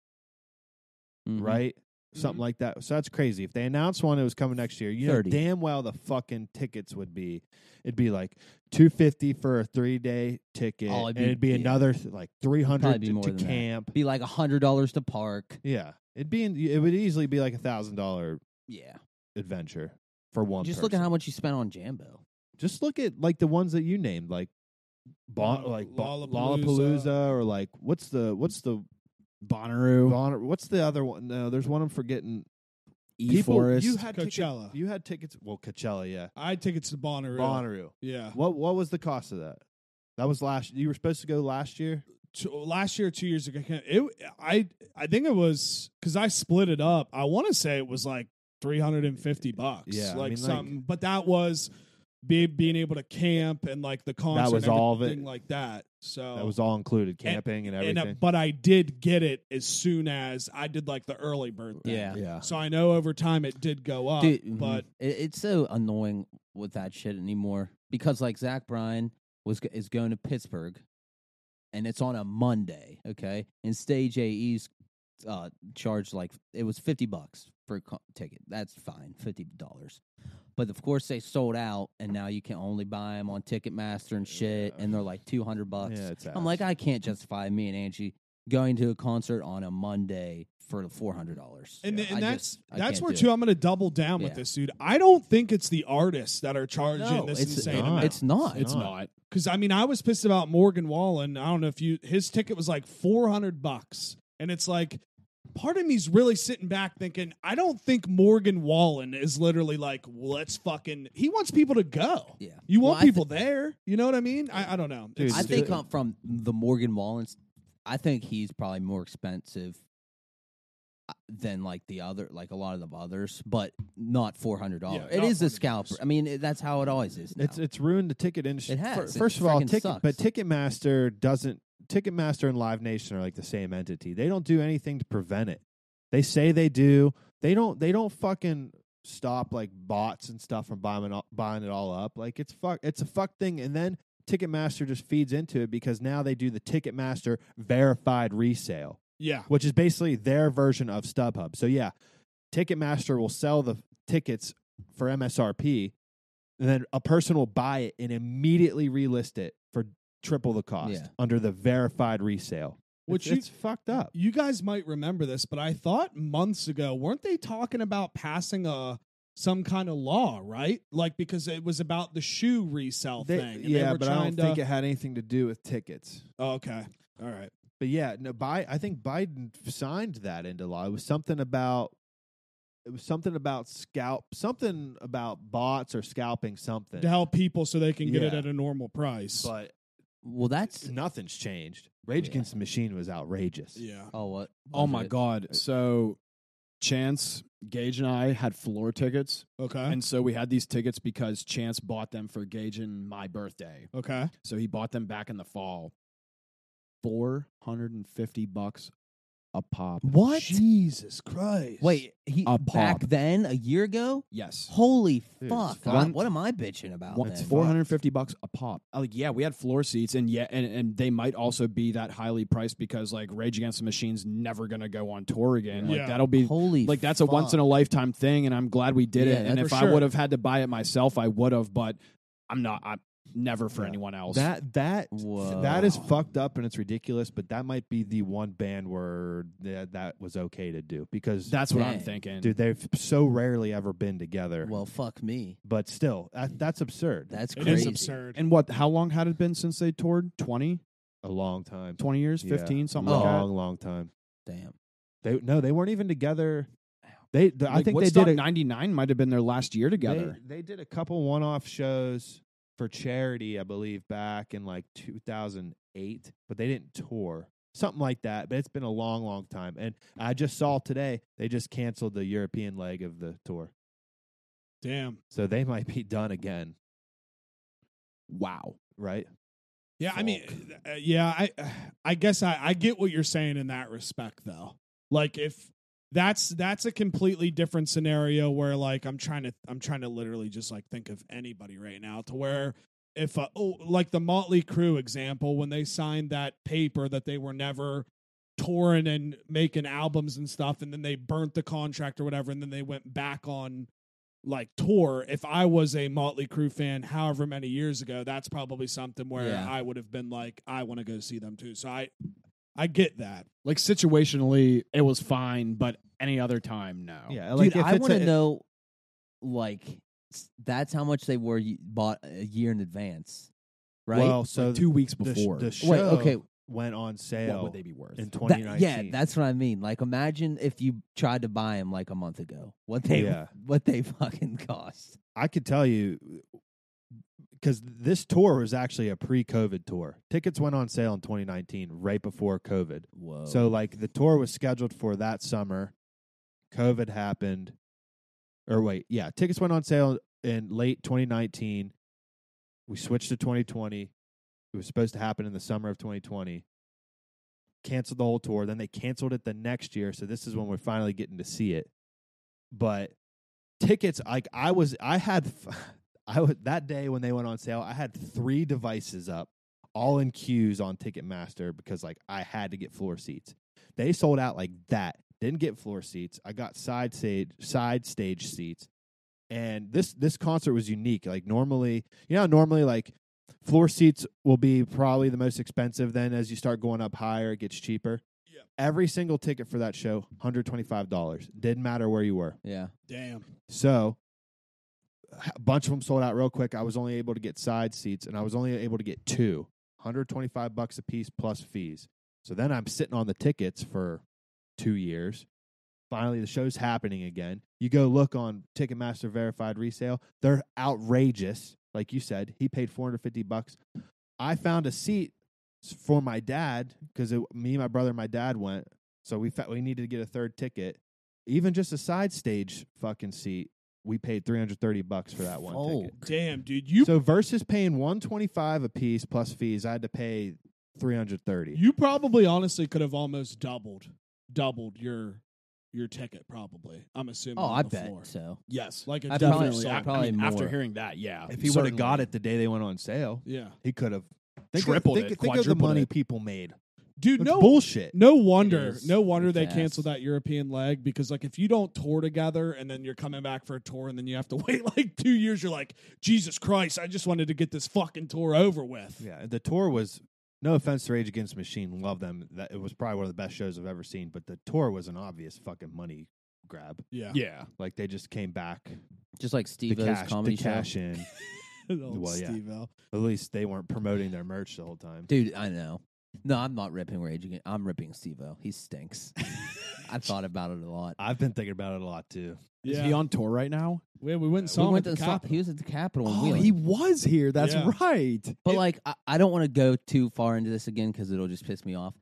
Mhm.
right? Something like that. So that's crazy. If they announced one, it was coming next year. You know
30.
damn well the fucking tickets would be. It'd be like two fifty for a three day ticket,
Oh,
and
it'd be-
it'd be
yeah.
another th- like three
Probably
hundred
be
to,
more
to
than that.
camp.
Be like a hundred dollars to park.
Yeah, it'd be in, it would easily be like a thousand dollar
Yeah.
adventure for one.
Just
person.
look at how much you spent on Jambo.
Just look at like the ones that you named, like bon,
Lo-
like bon,
Lollapalooza.
Lollapalooza, or like what's the what's the
Bonnaroo.
bon, what's the other one? No, there's one I'm forgetting.
E-Forest.
you had
Coachella.
Tickets, you had tickets. Well, Coachella, yeah.
I had tickets to Bonnaroo.
Bonnaroo.
Yeah.
What what was the cost of that? That was last. You were supposed to go last year.
Two, last year, two years ago, I can't- it I I think it was because I split it up. I want to say it was like three hundred and fifty bucks.
Yeah, I
like
mean, like-
something. but that was be, being able to camp and like the concert.
was
and
all of it.
everything like that. So
That was all included, camping and,
Oh. And, uh,
everything.
but I did get it as soon as I did like the early bird thing.
Yeah.
yeah, Uh,
So I know over time it did go up,
Dude, mhm.
but
it, it's so annoying with that shit anymore because like Zach Bryan was g- is going to Pittsburgh, and it's on a Monday, okay? And Stage AE's uh, charged like it was fifty bucks for a co- ticket. That's fine, fifty dollars. But of course they sold out, and now you can only buy them on Ticketmaster and shit, and they're like two hundred bucks.
Yeah, it's
I'm like,
ass.
I can't justify me and Angie going to a concert on a Monday for four hundred dollars.
And,
Yeah,
th- and
I
that's
just- I
that's
can't
where
do
too.
it.
I'm going to double down
Yeah.
with this, dude. I don't think it's the artists that are charging
No,
this
it's
insane
not.
amount.
It's not.
It's
not.
not.
Because I mean, I was pissed about Morgan Wallen. I don't know if you his ticket was like 400 bucks, And it's like, part of me's really sitting back thinking, I don't think Morgan Wallen is literally like, let's fucking. He wants people to go.
Yeah.
You
Well,
want
I thi-
people there. You know what I mean? I, I don't know.
Dude,
It's
I think
stupid.
um, from the Morgan Wallens, I think he's probably more expensive uh, than like the other, like a lot of the others, but not four hundred dollars.
Yeah,
it
not
is a
$400.
scalper. I mean, it, that's how it always is. Now.
It's it's ruined the ticket industry.
It has.
Fir-
It
First of all,
freaking
ticket,
sucks.
but Ticketmaster doesn't. Ticketmaster and Live Nation are like the same entity. They don't do anything to prevent it. They say they do. They don't. They don't fucking stop like bots and stuff from buying it all, buying it all up. Like it's fuck. It's a fuck thing. And then Ticketmaster just feeds into it because now they do the Ticketmaster verified resale
Yeah.
which is basically their version of StubHub. So yeah, Ticketmaster will sell the tickets for MSRP, and then a person will buy it and immediately relist it for triple the cost
Yeah.
under the verified resale.
Which
it's,
you-
it's fucked up.
You guys might remember this, but I thought months ago, weren't they talking about passing a some kind of law, right? Like because it was about the shoe resell
They-
thing. and they
yeah,
were
but I don't
trying to-
think it had anything to do with tickets.
Oh, okay. All right.
But yeah, no, Bi- I think Biden signed that into law. It was something about it was something about scalp, something about bots or scalping something.
To help people so they can get it
Yeah.
at a normal price.
But
well, that's
nothing's changed. Rage
Yeah.
Against the Machine was outrageous.
yeah.
oh what?
Oh
was
my
it?
god! So, Chance, Gage, and I had floor tickets,
Okay.
and so we had these tickets because Chance bought them for Gage and my birthday.
okay.
So he bought them back in the fall. Four hundred and fifty bucks a pop.
What?
Jesus Christ.
Wait, he
A
back
pop.
then a year ago?
Yes.
Holy
Dude,
fuck!
it's
I-
fucked.
what am I bitching about?
One-
then?
It's four hundred fifty bucks a pop. I'm Like, yeah, we had floor seats, and yeah, and, and they might also be that highly priced because like Rage Against the Machine's never gonna go on tour again.
Yeah.
Like that'll be
Holy
like that's a once in a lifetime thing, and I'm glad we did
Yeah,
it. And
that-
if
for
I
sure.
would have had to buy it myself, I would have. But I'm not. I'm never for
Yeah.
anyone else.
That that
Whoa.
that is fucked up and it's ridiculous. But that might be the one band where that that was okay to do because
that's what I'm
Dang.
thinking.
dude they've so rarely ever been together.
Well, fuck me.
but still, that, that's absurd.
That's
It
crazy.
is absurd.
And what? How long had it been since they toured? 20?
a long time,
20 years?
Yeah.
15? Something
long,
like that?
long, time.
Damn.
They no, they weren't even together. They, th- I
Like,
think they
Woodstock
did a,
99 might have been their last year together.
They, they did a couple one-off shows for charity, I believe, back in like 2008, but they didn't tour, something like that. But it's been a long, long time. And I just saw today they just canceled the European leg of the tour,
Damn.
so they might be done again,
wow.
right?
Yeah, I mean, uh, yeah, I, I guess I, I get what you're saying in that respect, though. Like, if that's that's a completely different scenario where, like, I'm trying to, I'm trying to literally just like think of anybody right now to where if, uh, oh, like the Motley Crue example when they signed that paper that they were never touring and making albums and stuff, and then they burnt the contract or whatever, and then they went back on like tour. If I was a Motley Crue fan, however many years ago, that's probably something where
Yeah.
I would have been like, I want to go see them too. So I, I get that.
Like situationally, it was fine, but any other time, no.
Yeah, like
Dude,
if
I
it's
want
a-
to know, like, s- that's how much they were y- bought a year in advance, right?
Well, so
Like, two weeks
the,
before.
the show
Wait, okay.
went on
what
sale
would they be worth?
in
That-
2019.
yeah, that's what I mean. Like, imagine if you tried to buy them like a month ago. What they
Yeah.
what they fucking cost?
I could tell you because this tour was actually a pre-COVID tour. Tickets went on sale in 2019, right before COVID.
Whoa.
So like the tour was scheduled for that summer. COVID happened. Or wait, yeah, tickets went on sale in late 2019. We switched to 2020. It was supposed to happen in the summer of 2020. Canceled the whole tour. Then they canceled it the next year. So this is when we're finally getting to see it. But tickets, like I was, I had, f- I was that day when they went on sale. I had three devices up all in queues on Ticketmaster because like I had to get floor seats. They sold out like that. Didn't get floor seats. I got side stage side stage seats. And this this concert was unique. Like normally, you know, how normally like floor seats will be probably the most expensive then as you start going up higher it gets cheaper.
Yeah.
Every single ticket for that show, $125. Didn't matter where you were.
yeah,
Damn.
So a bunch of them sold out real quick. I was only able to get side seats and I was only able to get two, 125 bucks a piece plus fees. So then I'm sitting on the tickets for two years. Finally, the show's happening again. You go look on Ticketmaster verified resale; they're outrageous. Like you said, he paid four hundred fifty bucks. I found a seat s- for my dad because me, my brother, and my dad went. So we fa- we needed to get a third ticket. Even just a side stage fucking seat, we paid three hundred thirty bucks for that one
Oh.
ticket.
Damn, dude, you
So versus paying 125 a piece plus fees, I had to pay 330.
you probably honestly could have almost doubled doubled your your ticket. Probably, I'm assuming.
Oh,
on
I
the
bet
floor.
so.
Yes.
Like a
I
definitely,
probably- I
I mean,
probably-
after
more.
hearing that, yeah.
if he would have
certainly.
got it the day they went on sale,
yeah,
he could have
Tripled
of,
it,
think, think of the
quadrupled
money
it.
people made.
dude,
That's
no
bullshit.
No wonder,
is.
no wonder they
It's ass.
canceled that European leg because, like, if you don't tour together and then you're coming back for a tour and then you have to wait like two years, you're like, Jesus Christ, I just wanted to get this fucking tour over with.
Yeah, the tour was no offense to Rage Against the Machine, love them. That it was probably one of the best shows I've ever seen, but the tour was an obvious fucking money grab.
yeah.
Yeah.
Like they just came back
Just like
the
Steve O's
cash, the
comedy show.
cash in.
Old
Well, yeah.
Steve-O.
At least they weren't promoting their merch the whole time.
Dude, I know. No, I'm not ripping Rage Against. I'm ripping Steve O. He stinks. I thought about it a lot.
I've been thinking about it a lot too.
Is
yeah.
he on tour right now?
we, we went and saw
we
him
went
at
to
the
the Cap-
Capitol.
he was at the Capitol. in
Oh,
Wheeling.
he was here. That's
Yeah.
right.
But
It-
like, I, I don't want to go too far into this again because it'll just piss me off.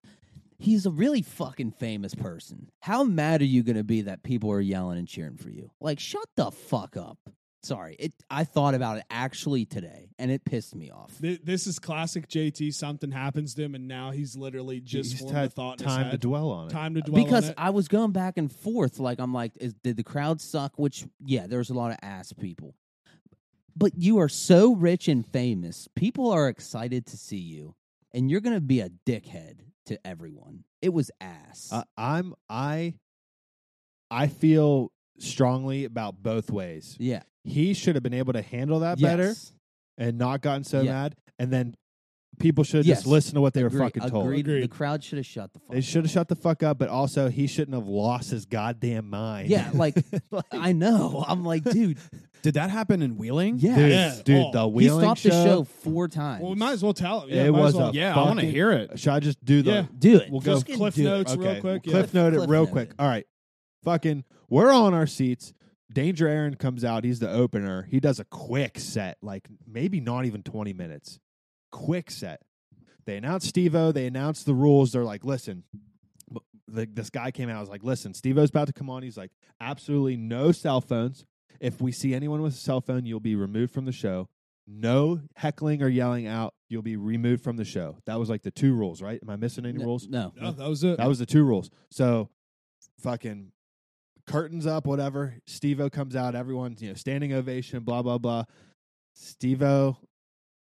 He's a really fucking famous person. How mad are you going to be that people are yelling and cheering for you? Like, shut the fuck up. Sorry, it. I thought about it actually today, and it pissed me off.
Th- This is classic JT. Something happens to him, and now he's literally just
He's
formed
had
the thought in his
time to
head.
dwell on it.
time to dwell
because
on it.
I was going back and forth. Like, I'm like, is, did the crowd suck? Which, yeah, there's a lot of ass people. But you are so rich and famous. People are excited to see you, and you're going to be a dickhead to everyone. It was ass.
I, Uh, I'm I I feel strongly about both ways.
yeah.
He should have been able to handle that better
Yes.
and not gotten so
Yeah.
mad, and then people should have
Yes.
just listen to what they
Agree-
were fucking told.
Agreed. The
Agreed.
crowd should have shut the fuck
They should have shut the fuck up, but also he shouldn't have lost his goddamn mind.
Yeah, like, I know. I'm like, dude,
Did that happen in Wheeling?
yeah.
dude,
Yeah.
dude,
Oh.
the
He
wheeling
stopped the show four times.
well, we might as well tell him. Yeah,
It
might as
was
well.
a-
Yeah, I want to
Fucking-
hear it.
Should I just do the
Yeah.
do it.
We'll go
Just fucking
Just cliff
do it.
notes real
Okay,
quick.
we'll
yeah.
Cliff note it
Cliff
real
note
quick.
it.
All right. Fucking, we're on our seats. Danger Aaron comes out. He's the opener. He does a quick set, like maybe not even 20 minutes. Quick set. They announce Steve O. They announce the rules. They're like, listen, b- the, this guy came out. I was like, listen, Steve O's about to come on. He's like, absolutely no cell phones. If we see anyone with a cell phone, you'll be removed from the show. No heckling or yelling out. You'll be removed from the show. That was like the two rules, right? Am I missing any
No,
rules?
No.
No, that was it.
That was the two rules. So fucking curtains up, whatever. Steve O comes out, everyone's, you know, standing ovation, blah, blah, blah. Steve O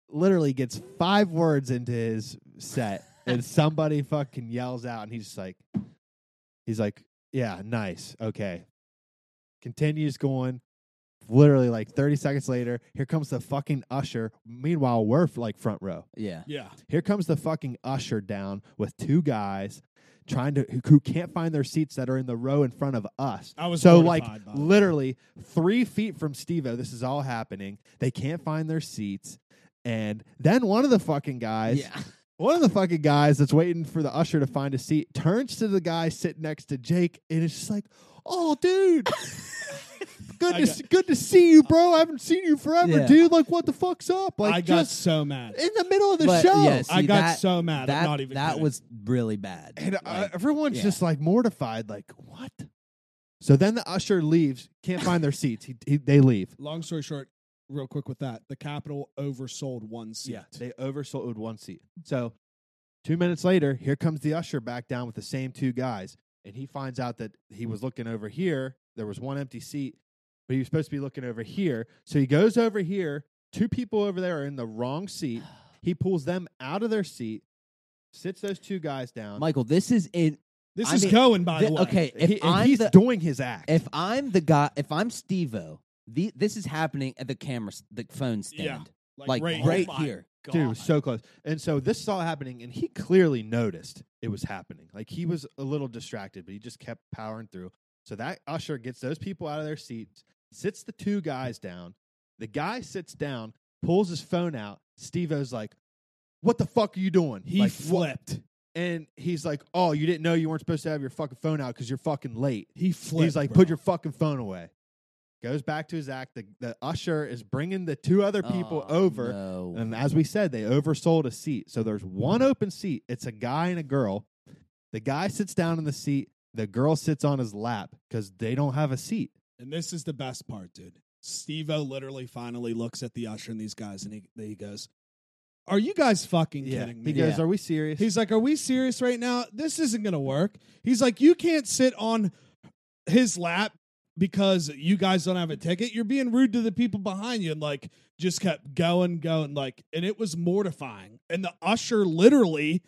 literally gets five words into his set and somebody fucking yells out and he's just like he's like, Yeah, nice. Okay. Continues going. Literally like 30 seconds later, here comes the fucking usher. Meanwhile, we're like front row.
Yeah.
yeah.
Here comes the fucking usher down with two guys trying to who, who can't find their seats that are in the row in front of us.
I was
so like
mortified by that.
literally three feet from Stevo, this is all happening. They can't find their seats. And then one of the fucking guys,
Yeah.
one of the fucking guys that's waiting for the usher to find a seat, turns to the guy sitting next to Jake, and it's just like, "Oh, dude, good
I
to
got-
s- good to see you, bro. I haven't seen you forever,
Yeah.
dude. Like, what the fuck's up? Like,
I got
just
so mad.
in the middle of the
But,
show.
yeah,
I
see,
got
that-
so mad.
That,
I'm not even.
that
kidding.
was really bad.
And uh,
Like,
everyone's
yeah.
just like mortified, like, what? So then the usher leaves, can't find their seats. He, he, they leave.
Long story short, real quick with that, the Capitol oversold one seat.
They oversold one seat. So two minutes later, here comes the usher back down with the same two guys. And he finds out that he was looking over here. There was one empty seat, but he was supposed to be looking over here. So he goes over here. Two people over there are in the wrong seat. He pulls them out of their seat, sits those two guys down.
Michael, this is in.
this
I
is
mean,
Cohen, by the
thi-
way.
okay, if
He- and
I'm
he's
the
doing his act.
if I'm the guy, if I'm Stevo, the, this is happening at the camera, s- the phone stand,
Yeah.
like, right,
oh my
here.
God.
Dude, it was so close. And so this is all happening, and he clearly noticed it was happening. Like he was a little distracted, but he just kept powering through. So that usher gets those people out of their seats, sits the two guys down. The guy sits down, pulls his phone out. Steve O's like, What the fuck are you doing?
he
Like, wha-
flipped.
and he's like, "Oh, you didn't know you weren't supposed to have your fucking phone out because you're fucking late."
He flipped.
he's like,
bro.
"Put your fucking phone away." Goes back to his act. The, the usher is bringing the two other people
Oh,
over,
no.
and as we said, they oversold a seat. So there's one open seat. It's a guy and a girl. The guy sits down in the seat. The girl sits on his lap because they don't have a seat.
And this is the best part, dude. Steve O literally finally looks at the usher and these guys and he, he goes, Are you guys fucking kidding me?
He goes,
Yeah.
"Are we serious?"
He's like, Are we serious right now? This isn't going to work. He's like, You can't sit on his lap because you guys don't have a ticket. You're being rude to the people behind you. And like, just kept going, going, like, and it was mortifying. And the usher literally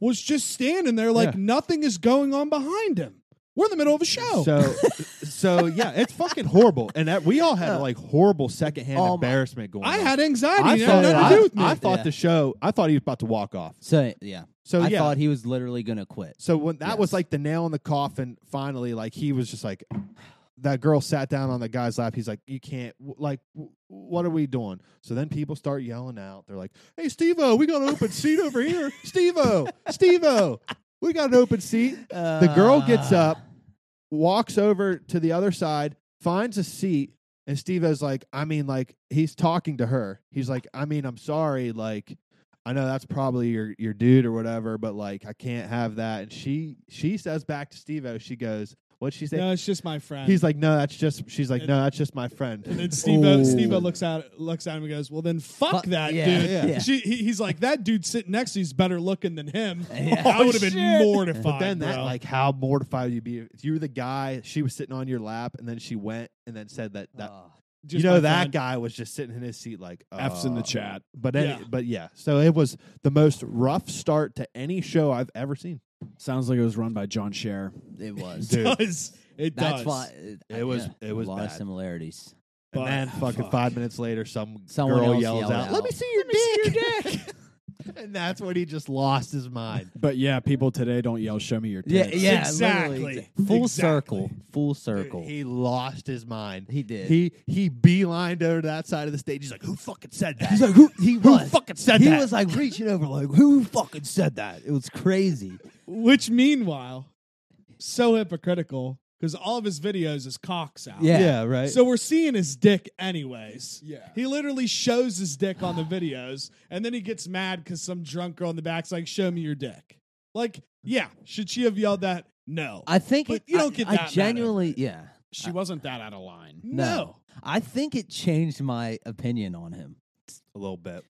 was just standing there like
Yeah.
nothing is going on behind him. We're in the middle of a show.
So, so yeah, it's fucking horrible, and that we all had like horrible secondhand
Oh my-
embarrassment going.
I
on.
had anxiety.
I
It had
thought,
nothing
I,
to do with me.
I thought
Yeah.
the show. I thought he was about to walk off.
so yeah,
So
I
yeah.
thought he was literally gonna quit.
so when that
Yes.
was like the nail in the coffin. Finally, like he was just like, that girl sat down on the guy's lap. He's like, you can't. w- Like, w- what are we doing? So then people start yelling out. They're like, Hey, Steve-O, we got an open seat over here. Steve-O, Steve-O, we got an open seat. The girl gets
Ah.
Uh,
up, walks over to the other side, finds a seat, and Steve is like, I mean, like, he's talking to her. He's like, I mean, I'm sorry, like, I know that's probably your your dude or whatever, but like I can't have that. And she she says back to Steve O, she goes, What'd she say?
No, it's just my friend.
He's like, No, that's just she's like,
And-
No, that's just my friend.
and then Steve O
Ooh.
Steve O looks at looks at him and goes, "Well, then fuck,
Fuck-
that
yeah,
dude."
yeah.
Yeah.
She, he, he's like, "That dude sitting next to you's better looking than him."
Uh, Yeah.
I
Oh,
would have been
shit.
mortified.
But then that,
bro.
like, how mortified would you be if you were the guy? She was sitting on your lap, and then she went, and then said that. that
oh.
Just
you know
my
that
friend.
guy was just sitting in his seat, like
F's in the
uh,
chat.
But any,
Yeah.
but yeah, so it was the most rough start to any show I've ever seen.
Sounds like it was run by John Scher.
it was.
Dude.
does. It
That's
does.
why
It was- it was
a lot of
bad.
similarities.
But-
and then fucking
fuck.
five minutes later, some
Someone
girl
else
yells
yelled
out,
out.
"Let me see your dick!" and that's when he just lost his mind.
But yeah, people today don't yell, show me your
Yeah,
tits.
yeah,
Exactly.
literally. Full
Exactly.
circle. Full
Dude,
circle.
he lost his mind.
He did.
He he beelined over to that side of the stage. He's like, "Who fucking said that?"
He's like, who? He
"Who
was.
fucking said
he
that?"
was like reaching over, like, who fucking said that? It was crazy.
Which meanwhile, so hypocritical because all of his videos is cocks out.
Yeah.
right.
So we're seeing his dick anyways.
Yeah.
He literally shows his dick on the videos, and then he gets mad because some drunk girl in the back's like, "Show me your dick." Like, yeah, should she have yelled that? No,
I think
But
it,
you don't
I,
get
I
that mad
genuinely,
over
yeah.
She wasn't that out of line.
no.
I think it changed my opinion on him
a little bit.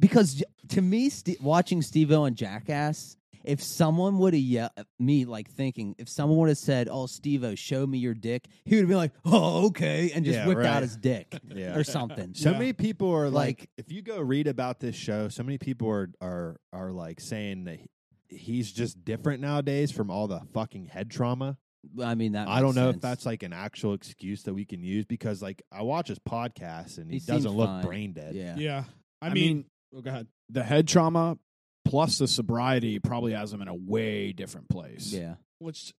because to me, Ste watching Steve O and Jackass, if someone would have yelled me, like thinking, if someone would have said, "Oh, Steve O, show me your dick," he would have been like, "Oh, okay," and just
Yeah,
whipped
right.
out his dick
Yeah.
or something.
So
Yeah.
many people are like,
Like-
if you go read about this show, so many people are are are like saying that he- he's just different nowadays from all the fucking head trauma.
I mean, that
I don't
makes
know if
sense.
that's like an actual excuse that we can use because like I watch his podcast and he,
He seems
doesn't look
fine.
brain dead.
yeah.
Yeah. I, mean, oh, go ahead.
the head trauma plus the sobriety probably has him in a way different place.
yeah.
Which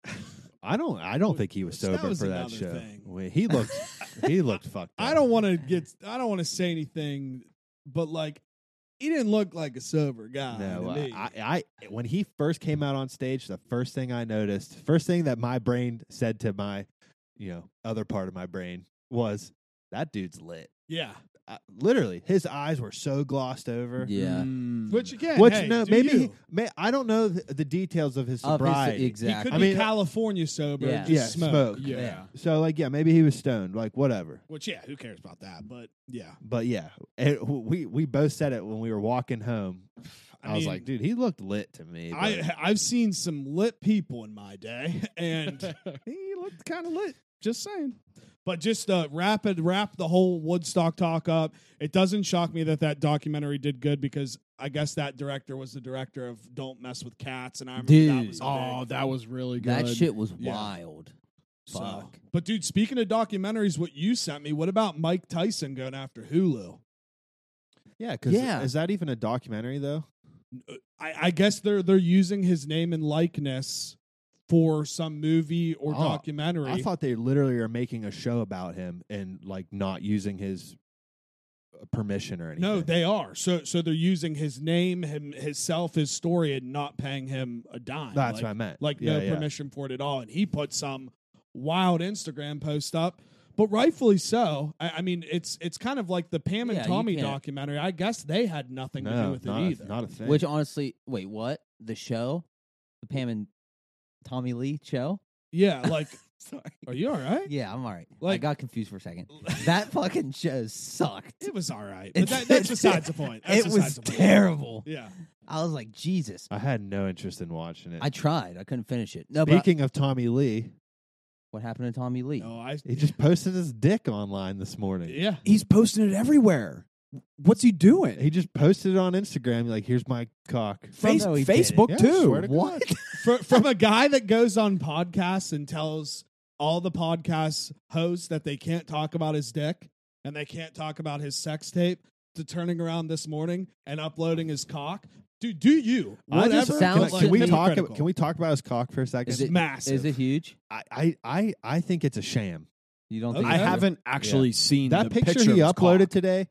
I don't I don't think he was
That
sober
was
for that
another
show.
thing.
Well, He looked he looked fucked up.
I don't want to get. I don't want to say anything, but like, he didn't look like a sober guy.
No, uh,
to me.
I, I I- when he first came out on stage, the first thing I noticed, first thing that my brain said to my, you know, other part of my brain was that dude's lit.
yeah.
I, literally, his eyes were so glossed over.
Yeah.
Mm.
Which again,
Which
hey,
no,
do
maybe
you.
he, may, I don't know the, the details of his
Obviously,
sobriety.
he
exactly.
could
I
be
mean- uh,
California sober.
Yeah.
just
yeah, smoke.
smoke.
yeah.
Yeah.
So like, yeah, maybe he was stoned. Like whatever.
Which yeah, who cares about that? But yeah,
But yeah, it, we we both said it when we were walking home. I, was
mean,
like, dude, he looked lit to me. but-
I I've seen some lit people in my day, and
he looked kind of lit. Just saying.
But just uh, rapid wrap the whole Woodstock talk up. It doesn't shock me that that documentary did good because I guess that director was the director of Don't Mess with Cats, and I remember that
Dude.
was a
Oh,
big-
that was really good.
That shit was
Yeah.
wild.
so-
fuck.
But dude, speaking of documentaries, what you sent me? What about Mike Tyson going after Hulu?
yeah, because
Yeah.
is that even a documentary though?
I, I guess they're they're using his name and likeness for some movie or
Oh,
documentary.
I thought they literally are making a show about him and like not using his uh, permission or anything.
No, they are. So so they're using his name, him himself, his story, and not paying him a dime.
That's
like,
what I meant.
Like
Yeah,
no
yeah.
permission for it at all. And he put some wild Instagram post up. But rightfully so. I, I mean, it's it's kind of like the Pam and
Yeah, you
Tommy
can't-
documentary. I guess they had nothing to do
No,
with
not
it
a,
either.
not a thing.
Which honestly, wait, what? The show, the Pam and Tommy Lee show.
yeah, like,
Sorry.
are you all right?
Yeah, I'm all right. I
Like-
got confused for a second. that fucking show sucked.
It was all right, but
It's-
that, that's besides the point. That's
it
besides
was
the point.
terrible.
Yeah,
I was like, Jesus.
I had no interest in watching it.
I tried. I couldn't finish it. No, but
Speaking of Tommy Lee,
what happened to Tommy Lee?
no, I.
he just posted his dick online this morning.
Yeah,
He's posting it everywhere. What's he doing?
He just posted it on Instagram. Like, here's my cock.
Face-
No, he
Facebook
didn't. Yeah, I swear
too.
to
What?
Fr from a guy that goes on podcasts and tells all the podcast hosts that they can't talk about his dick and they can't talk about his sex tape to turning around this morning and uploading his cock. Dude, do you?
I just-
sounds
Whatever.
Can, I-
but,
like
can we
hypocritical.
talk? Can we talk about his cock for a second?
Is
It's
it-
massive.
Is it huge?
I, I, I, I think it's a sham.
You don't
Okay.
think
I
it's-
haven't actually seen
That
the
picture,
of
he
his
uploaded
cock.
today.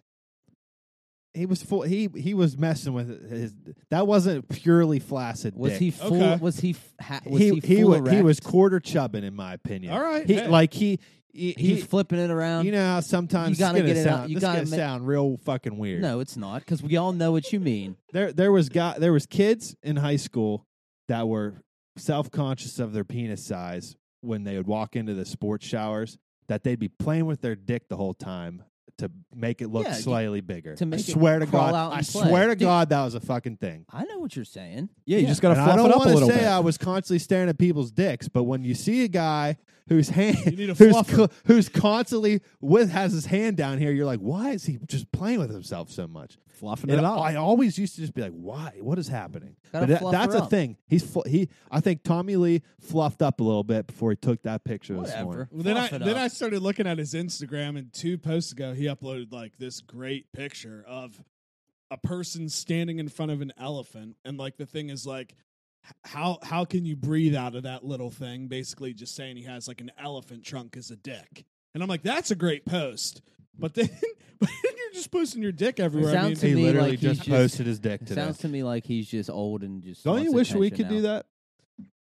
He was full. He he was messing with his. That wasn't purely flaccid.
Was
dick.
he full?
Okay.
Was he? f- Ha, was
he
he,
he
full
was, he
erect?
was quarter chubbing in my opinion.
All right,
he,
hey.
like he he,
He
he
was flipping it around.
you know how sometimes
You gotta
it's gonna
get it out.
sound,
You
this is
gotta
gonna
ma-
sound real fucking weird.
no, it's not because we all know what you mean.
there there was guy there was kids in high school that were self conscious of their penis size when they would walk into the sports showers that they'd be playing with their dick the whole time to make it look
Yeah,
slightly bigger.
to make
I
it
swear to
crawl
God,
out
I
and play.
swear to
Dude.
God, that was a fucking thing.
I know what you're saying.
Yeah, you just got
And
to
I
fluff
don't
it up a
wanna
little
say
bit.
I was constantly staring at people's dicks, but when you see a guy whose hand
You need a
who's
fluffer.
co- who's constantly with has his hand down here, you're like, why is he just playing with himself so much?
fluffing
And
it
I-
up.
I always used to just be like, "Why? What is happening?"
Gotta
But that-
fluff
that's
her
a
up.
thing. He's fl- he. I think Tommy Lee fluffed up a little bit before he took that picture this morning.
Whatever.
Well, then I
Fluff it
then
up.
I started looking at his Instagram, and two posts ago, he uploaded like this great picture of a person standing in front of an elephant, and like the thing is like, h- how how can you breathe out of that little thing? Basically, just saying he has like an elephant trunk as a dick, and I'm like, that's a great post, but then but then you're just posting your dick everywhere. I mean,
sounds- To
He
me,
literally
like, he's
just
just-
posted his dick today.
Sounds to me like he's just old and just.
Don't you wish we could do that?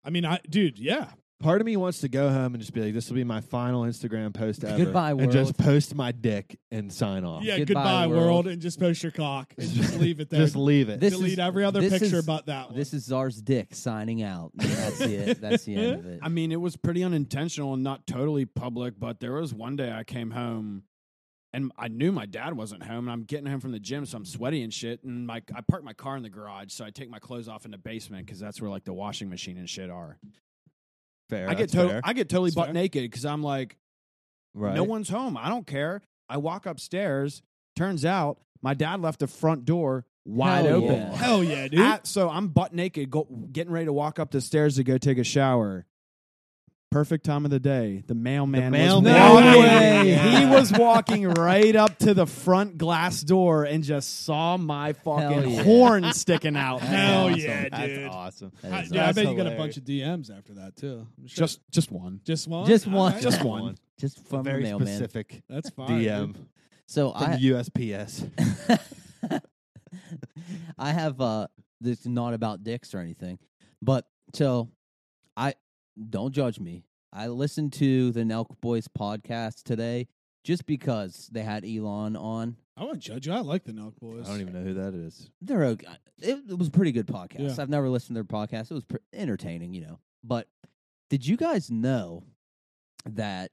I mean, I dude, yeah,
Part of me wants to go home and just be like, "This will be my final Instagram post ever."
Goodbye,
and just
world.
post my dick and sign off.
yeah.
Goodbye,
Goodbye, world.
world.
and just post your cock and just leave it there.
Oh. just leave it.
This
Delete
is-
every other
this
picture
is-
but that one.
This is Czar's dick signing out. That's it. That's the end of it.
I mean, it was pretty unintentional and not totally public, but there was one day I came home and I knew my dad wasn't home and I'm getting home from the gym, so I'm sweaty and shit. And my I parked my car in the garage, so I take my clothes off in the basement because that's where like the washing machine and shit are.
fair.
I
that's
get to-
fair.
I get totally
That's
butt
fair.
naked because I'm like,
right.
no one's home. I don't care. I walk upstairs. Turns out my dad left the front door wide
Hell
open.
yeah.
Hell yeah, dude.
At- so I'm butt naked, go, getting ready to walk up the stairs to go take a shower. Perfect time of the day. The mailman.
The
was
mailman.
No
walking-
way.
He was walking right up to the front glass door and just saw my fucking
yeah.
horn sticking out.
That's
Hell
awesome.
yeah,
That's
dude.
awesome.
That
I,
is
dude, I
awesome.
bet you got a
hilarious.
bunch of DMs after that too. I'm sure.
Just, just one.
just one,
Just
All
one.
right.
Just one.
just from the
Very
mailman.
specific
That's fine.
DM
dude.
So
from
I,
USPS.
I have uh this is not about dicks or anything, but so I don't judge me. I listened to the Nelk Boys podcast today just because they had Elon on.
I wouldn't judge you. I like the Nelk boys.
I don't even know who that is.
They're okay. It, it was a pretty good podcast.
Yeah.
I've never listened to their podcast. It was pr- entertaining, you know. But did you guys know that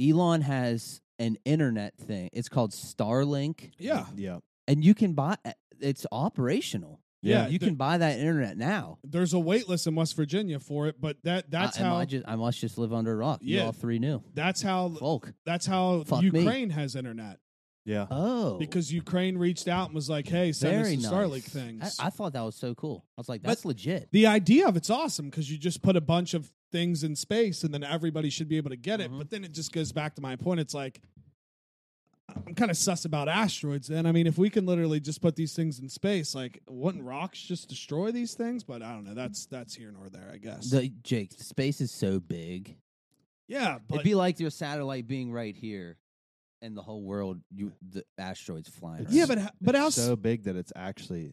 Elon has an internet thing? It's called Starlink.
Yeah,
Yeah.
and you can buy eh, it's operational
yeah.
you
th-
can buy that internet now
There's a wait list in West Virginia for it, but that that's
I, Uh, am
how
I, just, I must just live under a rock you
Yeah.
all three knew
that's how
folk
that's how
Fuck me.
Ukraine has internet
Yeah.
oh
because Ukraine reached out and was like, "Hey, send
very
us
nice.
some Starlink things."
I, I thought that was so cool i was like
But-
that's legit
the idea of it's awesome because you just put a bunch of things in space and then everybody should be able to get it.
Mhm.
But then it just goes back to my point. It's like I'm kind of sus about asteroids. Then I mean, if we can literally just put these things in space, like wouldn't rocks just destroy these things? But I don't know. That's that's here nor there, I guess.
the, jake space is so big
yeah, but
it'd be like your satellite being right here in the whole world, you the asteroids flying.
It's-
around.
Yeah, but ho- but
It's
how
so big that it's actually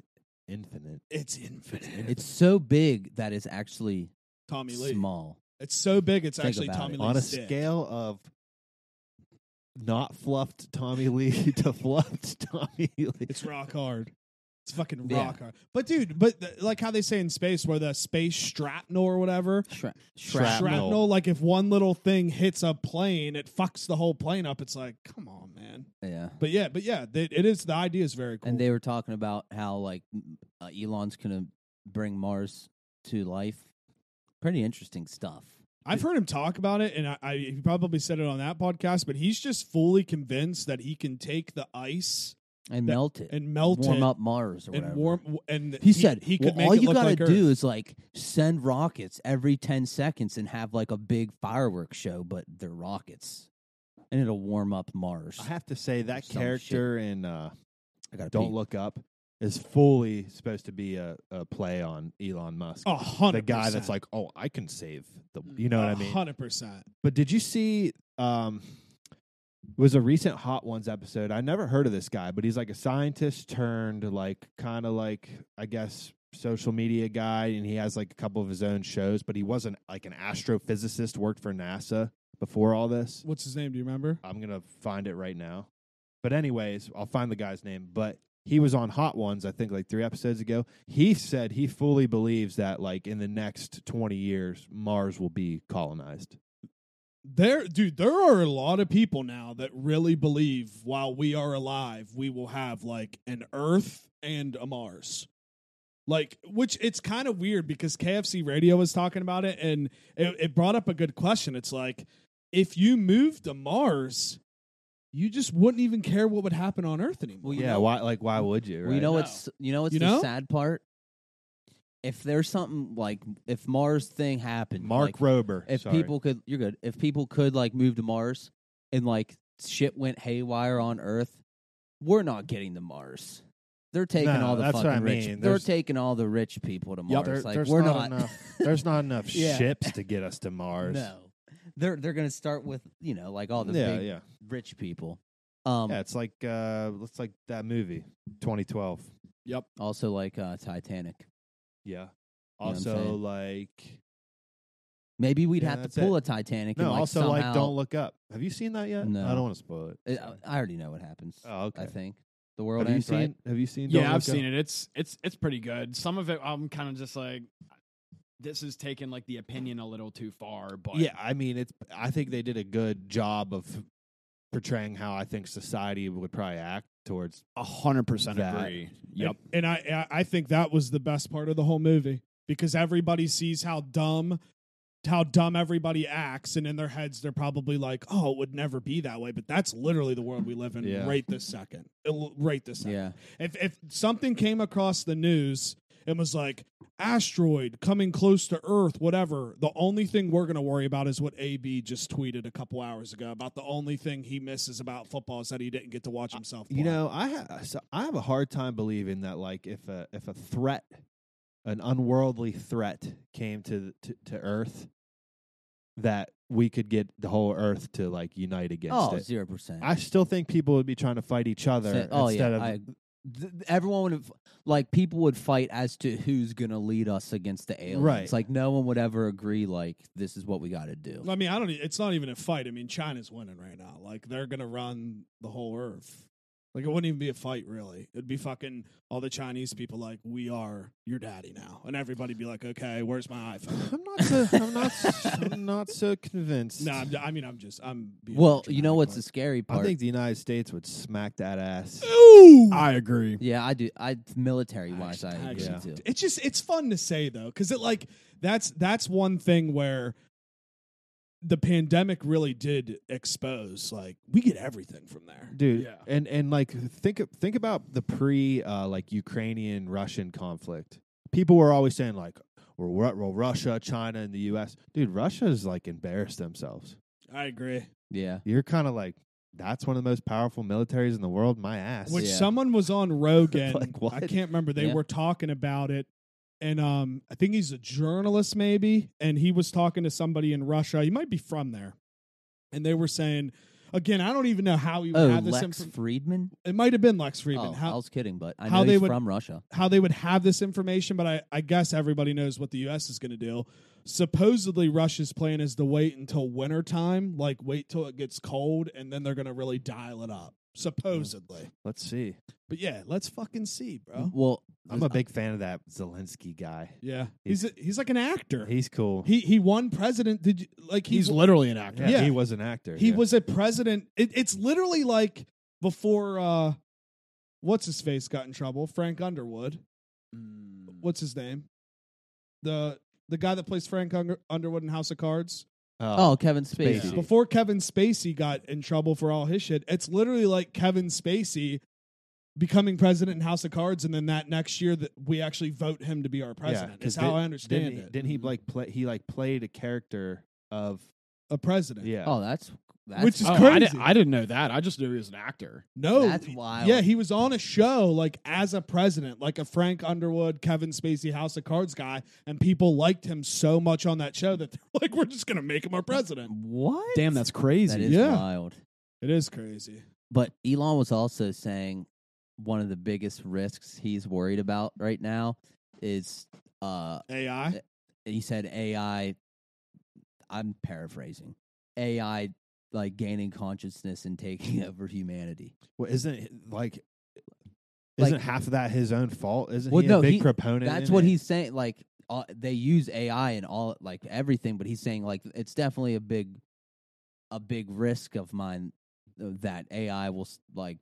infinite.
it's infinite.
it's so big that it's actually
Tommy Lee.
small.
It's so big. It's
Think
actually
about
Tommy
it.
Lee
On a
dick.
scale of not fluffed Tommy Lee to fluffed Tommy Lee.
It's rock hard. It's fucking
Yeah.
rock hard. But dude, but th- like how they say in space, where the space shrapnel or whatever.
Shra-
Shrapnel.
Shrapnel, like if one little thing hits a plane, it fucks the whole plane up. It's like, come on, man.
Yeah.
But yeah, but yeah, they, it is. The idea is very cool.
And they were talking about how like m- uh, Elon's gonna bring Mars to life. Pretty interesting stuff.
I've heard him talk about it, and I, I he probably said it on that podcast. But he's just fully convinced that he can take the ice
And
That-
melt it.
and melt
warm
it
up Mars or whatever.
and warm. And
he, said
he
"Well,
could make
all
it
you
look
gotta
like Earth."
do is like send rockets every ten seconds and have like a big fireworks show, but they're rockets. And it'll warm up Mars.
I have to say that
Some
character in uh,
I gotta
Don't
pee.
Look Up is fully supposed to be a, a play on Elon Musk.
a hundred.
the guy that's
percent.
like, oh, I can save the,
Mm.
you know what I
A
mean?
Hundred percent.
But did you see? Um, it was a recent Hot Ones episode. I never heard of this guy, but he's like a scientist turned like kind of like I guess social media guy, and he has like a couple of his own shows. But he wasn't like an astrophysicist. Worked for NASA before all this.
What's his name? Do you remember?
I'm gonna find it right now. But anyways, I'll find the guy's name. But he was on Hot Ones, I think, like three episodes ago. He said he fully believes that like in the next 20 years, Mars will be colonized.
There, dude. There are a lot of people now that really believe while we are alive, we will have like an Earth and a Mars. Like, which it's kind of weird because KFC Radio was talking about it, and it, it brought up a good question. It's like, if you moved to Mars, you just wouldn't even care what would happen on Earth anymore.
Well, you
yeah,
know-
why? Like, why would you?
Well,
Right?
you know
No.
what's you know what's
You
the
know?
sad part? If there's something like if Mars thing happened,
Mark
like,
Rober.
if
sorry.
people could you're good. If people could like move to Mars and like shit went haywire on Earth, we're not getting to Mars. They're taking
No,
all the
that's what
fucking
I
rich.
mean.
They're
There's-
taking all the rich people to
Yup.
Mars.
There-
like
there's
we're
not
not.
enough- there's not enough
Yeah.
ships to get us to Mars.
no, they're they're gonna start with you know like all the
yeah,
big
yeah,
rich people. Um,
yeah. It's like uh, it's like that movie, 2012.
also like uh, Titanic.
Yeah.
You know what I'm
Also,
saying?
like
Maybe we'd
Yeah,
have
that's
to pull
it.
a Titanic.
no,
and, like,
also like
somehow-
Don't Look Up. Have you seen that yet?
No.
I don't want to spoil it.
It- I already know what happens.
Oh, okay.
I think the world
Have you
ends,
seen?
right?
Have you seen?
yeah, I've seen it. It's it's it's pretty good. Some of it, I'm kind of just like, this is taking like the opinion a little too far. But
Yeah, I mean, it's. I think they did a good job of portraying how I think society would probably act towards
a hundred percent
That.
agree. Yep.
And, and I I I think that was the best part of the whole movie because everybody sees how dumb how dumb everybody acts and in their heads they're probably like, "Oh, it would never be that way." But that's literally the world we live in
Yeah.
right this second. Il- Right this second.
Yeah,
If if something came across the news and was like asteroid coming close to Earth, whatever, the only thing we're gonna worry about is what AB just tweeted a couple hours ago about the only thing he misses about football is that he didn't get to watch himself.
You
play.
know, I ha- so I have a hard time believing that like if a if a threat, an unworldly threat came to to, to Earth, that we could get the whole Earth to like unite against
oh,
it.
zero percent.
I still think people would be trying to fight each other
oh
instead
yeah,
of
I, th- everyone would have, like people would fight as to who's gonna lead us against the aliens.
Right.
like no one would ever agree. Like this is what we got to do.
I mean, I don't. e- It's not even a fight. I mean, China's winning right now. Like they're gonna run the whole earth. Like it wouldn't even be a fight, really. It'd be fucking all the Chinese people. Like we are your daddy now, and everybody be like, okay, where's my iPhone?
I'm not so I'm not s- I'm not so convinced.
no, I'm, I mean, I'm just, I'm. Being
well,
dramatic,
you know what's
but-
the scary
I
part?
think the United States would smack that ass.
Ooh!
I agree.
yeah, I do. I military wise, I
Actually-
agree
actually
too.
it's just it's fun to say though because it like that's that's one thing where the pandemic really did expose like we get everything from there
Dude,
Yeah.
and and like think think about the pre uh, like Ukrainian Russian conflict. People were always saying like, "Well, Ru- well, Russia, China, and the U.S." Dude, Russia's like embarrassed themselves.
i agree
Yeah,
You're kind of like, that's one of the most powerful militaries in the world. My ass.
which
Yeah.
someone was on Rogan.
Like, what?
I can't remember. They
Yeah.
were talking about it, and um, I think he's a journalist, maybe, and he was talking to somebody in Russia. He might be from there, and they were saying, Again, I don't even know how he would
Oh,
have this.
Lex
infor-
Friedman.
it might have been Lex Friedman.
Oh, I
how
was kidding, but I
how
know
they
he's
would-
from Russia.
how they would have this information, but I, I guess everybody knows what the U.S. is going to do. Supposedly, Russia's plan is to wait until wintertime, like wait till it gets cold, and then they're going to really dial it up.
Mm.
Supposedly,
Let's see.
but yeah, let's fucking see, bro.
Well,
Oh,
I'm a big fan of that Zelensky guy.
Yeah, he's a, he's like an actor.
He's cool.
He he won president. Did you like he
He's
w-
literally an actor.
yeah,
yeah.
he was an actor.
he
yeah.
was a president? It, it's literally like before uh, what's his face got in trouble? Frank Underwood.
Mm.
What's his name? The the guy that plays Frank Unger- Underwood in House of Cards.
oh, Kevin Spacey.
Spacey.
Before Kevin Spacey got in trouble for all his shit, it's literally like Kevin Spacey becoming president in House of Cards, and then that next year that we actually vote him to be our president.
'cause
is how
did-
I understand
didn't, he-
it.
Didn't he like play? He like played a character of
a president.
yeah.
Oh, that's that's
Which is
Oh,
oh,
I,
crazy.
did, I didn't know that. I just knew he was an actor.
No,
That's wild.
Yeah, he was on a show like as a president, like a Frank Underwood, Kevin Spacey, House of Cards guy, and people liked him so much on that show that they're like, "We're just gonna make him our president."
what?
Damn, that's crazy.
that is
yeah.
wild.
It is crazy.
But Elon was also saying one of the biggest risks he's worried about right now is uh
AI.
he said AI I'm paraphrasing. AI like gaining consciousness and taking over humanity.
Well, isn't it, like
Like-
isn't half of that his own fault? Isn't
Well,
he
no,
a big
he-
proponent?
That's
in
what
it?
he's saying like uh, they use AI and all like everything but he's saying like it's definitely a big a big risk of mine uh, that AI will s- like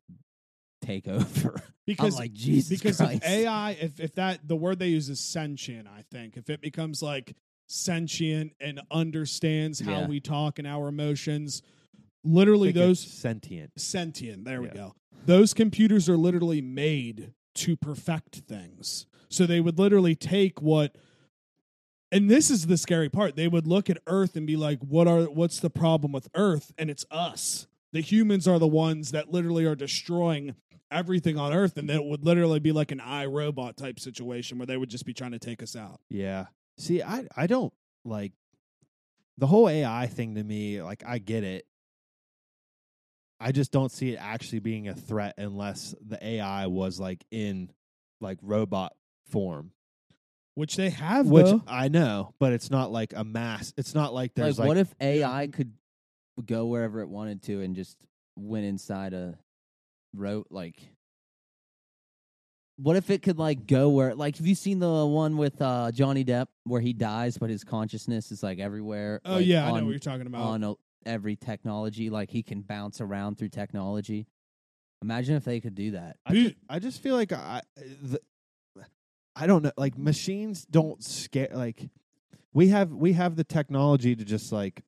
take over.
Because
I'm like Jesus
because
Christ.
if AI, if if that the word they use is sentient, I think if it becomes like sentient and understands how
Yeah.
we talk and our emotions,
I
literally
think
those
it's sentient.
sentient. There we
Yeah.
go. Those computers are literally made to perfect things. So they would literally take what and this is the scary part. They would look at Earth and be like, "What are what's the problem with Earth?" And it's us. The humans are the ones that literally are destroying everything on Earth and then it would literally be like an iRobot type situation where they would just be trying to take us out.
Yeah. See, I I don't like the whole AI thing to me. Like, I get it. I just don't see it actually being a threat unless the AI was like in like robot form,
Which they have
which
though.
I know, but it's not like a mass. It's not like
like,
there's like,
what if AI could go wherever it wanted to and just went inside a rope? Like, what if it could like go where? Like, have you seen the one with uh, Johnny Depp where he dies, but his consciousness is like everywhere?
Oh
like,
yeah, I
on-
know what you're talking about.
on a, every technology. Like, he can bounce around through technology. Imagine if they could do that.
I just, I just feel like I, the, I don't know. Like machines don't scare. Like we have we have the technology to just like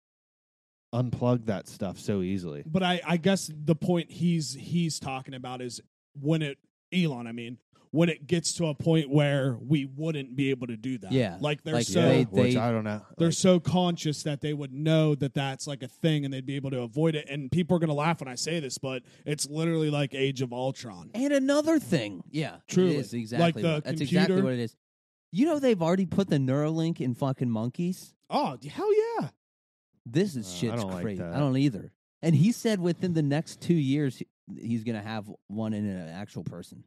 unplug that stuff so easily.
But I, I guess the point he's he's talking about is when it Elon, I mean, when it gets to a point where we wouldn't be able to do that.
Yeah,
like they're
like
so
they-
which
they-
I don't know.
they're
Like,
so conscious that they would know that that's like a thing and they'd be able to avoid it. And people are gonna laugh when I say this, but it's literally like Age of Ultron.
And another thing, yeah,
Truly.
it is
Like
exactly
the
what- that's exactly
computer-
what it is. You know they've already put the Neuralink in fucking monkeys.
Oh hell yeah!
This is
Uh, I
shit's
don't like
crazy.
that.
I don't either. And he said within the next two years he- he's gonna have one in an actual person.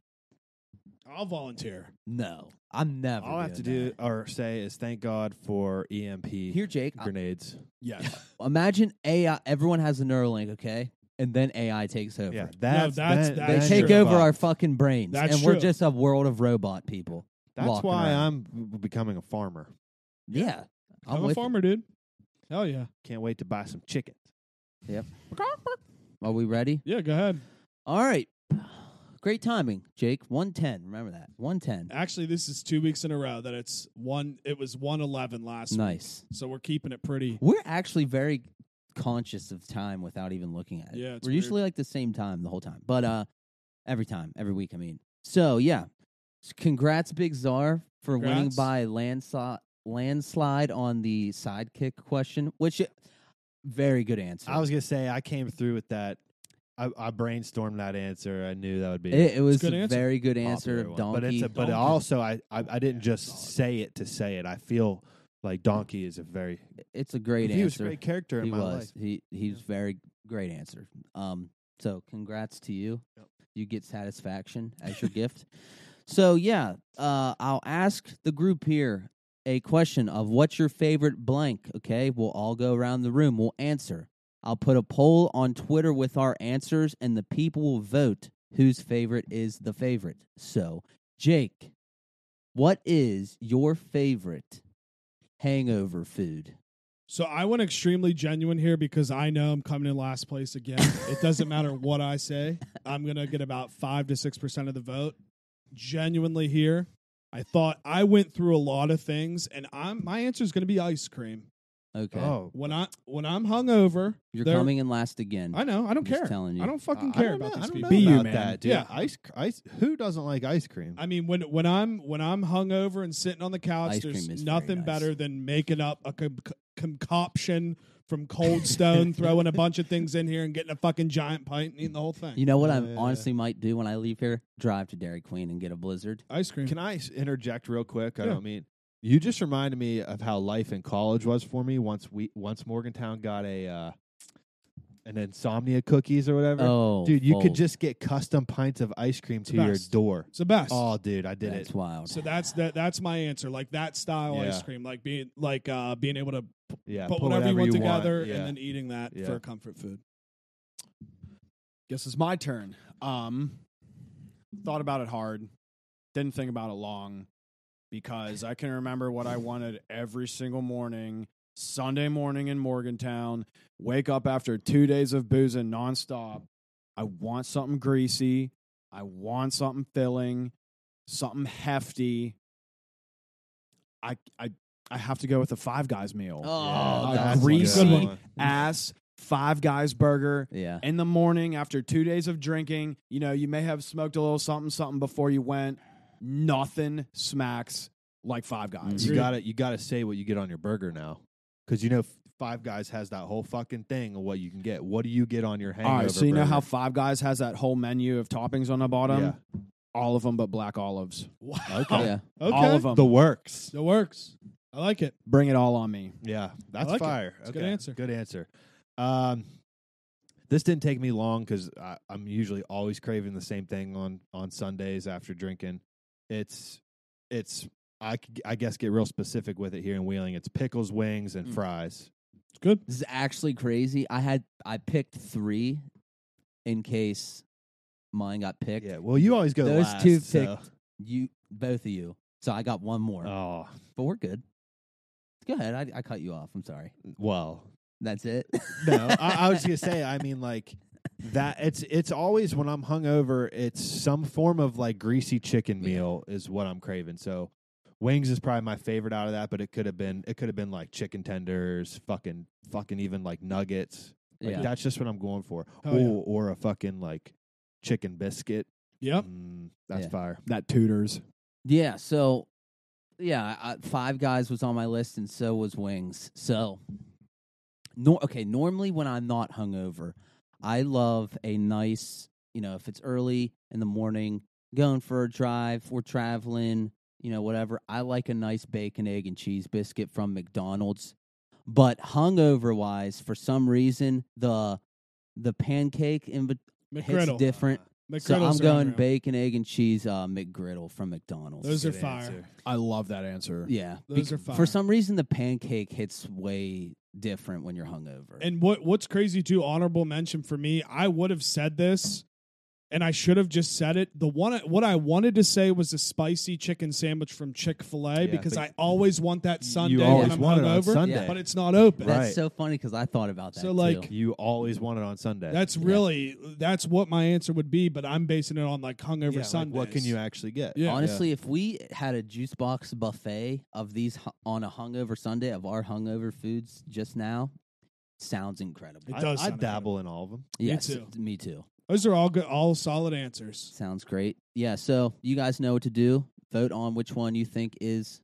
I'll volunteer.
No, I'm never.
all I have to
doing
do
that.
or say is thank God for EMP
here, Jake. I-
grenades.
Yes.
imagine AI. Everyone has a Neuralink, okay, and then AI takes over.
Yeah, that's
that's-
that-
They
that's
take
true.
over our
fucked.
fucking brains,
That's
and
true.
we're just a world of robot people.
That's
walking
why
around.
I'm b- becoming a farmer.
Yeah,
I'm, a
with you.
farmer, dude. Hell yeah.
Can't wait to buy some chicken.
Are we ready?
Yeah, go ahead.
All right. Great timing, Jake. One ten. Remember that. One ten.
Actually, this is two weeks in a row that it's one it was one eleven last week.
Nice.
So we're keeping it pretty
We're actually very conscious of time without even looking at it.
Yeah, it's
we're
weird.
usually like the same time the whole time, but uh, every time, every week. I mean, so yeah, S- congrats, Big Czar, for winning
Congrats.
by landslide landslide on the sidekick question, which uh, very good answer.
I was gonna say I came through with that. I, I brainstormed that answer. I knew that would be
it, it was
good
a
answer.
very good answer.
popular one.
Donkey,
But it's a, but
Donkey.
also I, I I didn't just
Solid.
say it to say it. I feel Like Donkey is a very
It's a great
he
answer.
was a great character in
he
my
was.
life.
He he's
Yeah.
very great answer. Um, so congrats to you.
Yep.
You get satisfaction as your gift. So yeah, uh, I'll ask the group here a question of what's your favorite blank. Okay, we'll all go around the room. We'll answer. I'll put a poll on Twitter with our answers, and the people will vote whose favorite is the favorite. So, Jake, what is your favorite hangover food?
So I went extremely genuine here because I know I'm coming in last place again. it doesn't matter what I say. I'm gonna get about five to six percent of the vote. Genuinely here. I thought I went through a lot of things and I'm my answer is gonna be ice cream.
Okay,
Oh,
When I when I'm hungover,
you're
there-
coming in last again.
I know, I don't
I'm just
care.
telling you.
I don't fucking
I- I
care
don't know-
about these
I don't know
people.
Be you,
about
man.
that, dude.
Yeah.
Ice, cr- ice. Who doesn't like ice cream?
I mean, when when I'm when I'm hungover and sitting on the couch,
Ice
there's
cream is very
nothing
nice.
better than making up a con- concoction from Cold Stone, throwing a bunch of things in here, and getting a fucking giant pint and eating the whole thing.
You know what I
Yeah, yeah, yeah.
honestly might do when I leave here? Drive to Dairy Queen and get a blizzard.
Ice cream.
Can I s- interject real quick? I
Yeah.
don't mean you just reminded me of how life in college was for me. Once we once Morgantown got a uh, an insomnia cookies or whatever.
Oh,
dude, you could
fold.
just get custom pints of ice cream
It's
to your
best.
door.
it's the best.
Oh, dude, I did
That's
it.
wild.
so that's that. That's my answer. Like that style ice
Yeah.
cream, like being like uh being able to p-
Yeah,
put
pull
whatever, you want
you
together
Yeah.
and then eating that
Yeah.
for comfort food.
Guess it's my turn. Um, thought about it hard. Didn't think about it long because I can remember what I wanted every single morning. Sunday morning in Morgantown, wake up after two days of boozing nonstop. I want something greasy. I want something filling, something hefty. I I I have to go with the Five Guys meal.
Oh,
a
that's a
greasy
good one.
Ass Five Guys burger
yeah.
in the morning after two days of drinking. You know, you may have smoked a little something, something before you went. Nothing smacks like Five Guys.
You got to You got to say what you get on your burger now, because you know F- Five Guys has that whole fucking thing of what you can get. What do you get on your hangover?
All right, so you know how
burger?
Five Guys has that whole menu of toppings on the bottom?
Yeah.
All of them but black olives.
Wow.
Okay.
Yeah.
Okay.
All of them.
the works.
It works. I like it.
Bring it all on me.
Yeah, that's
like it.
fire.
It's a good answer.
Good answer. Um, this didn't take me long because I'm usually always craving the same thing on on Sundays after drinking. It's it's I c- I guess get real specific with it here in Wheeling. It's pickles, wings, and
Mm.
fries.
It's good.
This is actually crazy. I had I picked three in case mine got picked.
Yeah. Well, you always go
Those
last,
two
so-
You both of you. So I got one more.
Oh
But we're good. Go ahead. I, I cut you off. I'm sorry.
well.
That's it.
No, I, I was gonna say. I mean, like that. It's it's always when I'm hungover. It's some form of like greasy chicken
Yeah.
meal is what I'm craving. So wings is probably my favorite out of that. But it could have been it could have been like chicken tenders, fucking fucking even like nuggets. Like,
yeah.
That's just what I'm going for.
Hell
or
Oh, yeah.
or a fucking like chicken biscuit.
Yep.
Mm, that's
Yeah.
fire.
That Tudors.
Yeah. So, yeah, I, Five Guys was on my list, and so was Wings. So, nor okay. Normally, when I'm not hungover, I love a nice, you know, if it's early in the morning, going for a drive, we're traveling, you know, whatever. I like a nice bacon, egg, and cheese biscuit from McDonald's. But hungover wise, for some reason, the the pancake inv- hits
McGriddle.
different.
McGriddles
So I'm
are
going
unreal.
bacon, egg, and cheese uh, McGriddle from McDonald's.
Those are
Good
fire.
answer.
I love that answer.
yeah,
Those are fire.
for some reason the pancake hits way different when you're hungover.
And what what's crazy too, honorable mention for me, I would have said this, and I should have just said it. The one what I wanted to say was the spicy chicken sandwich from Chick Fil A
Yeah,
because
but
I always want that Sunday
you
when
always
I'm
want it on
hungover,
Sunday.
but it's not open.
that's
Right.
so funny because I thought about that.
So,
too.
like-
You always want it on Sunday.
That's really that's what my answer would be, but I'm basing it on like hungover
Yeah, like,
Sundays.
what can you actually get?
Yeah.
honestly, if we had a juice box buffet of these hu- on a hungover Sunday of our hungover foods just now, sounds incredible.
It
I,
does
I
sound
dabble in all of them.
yes,
too.
me too.
Those are all good, all solid answers.
Sounds great. Yeah. So you guys know what to do. Vote on which one you think is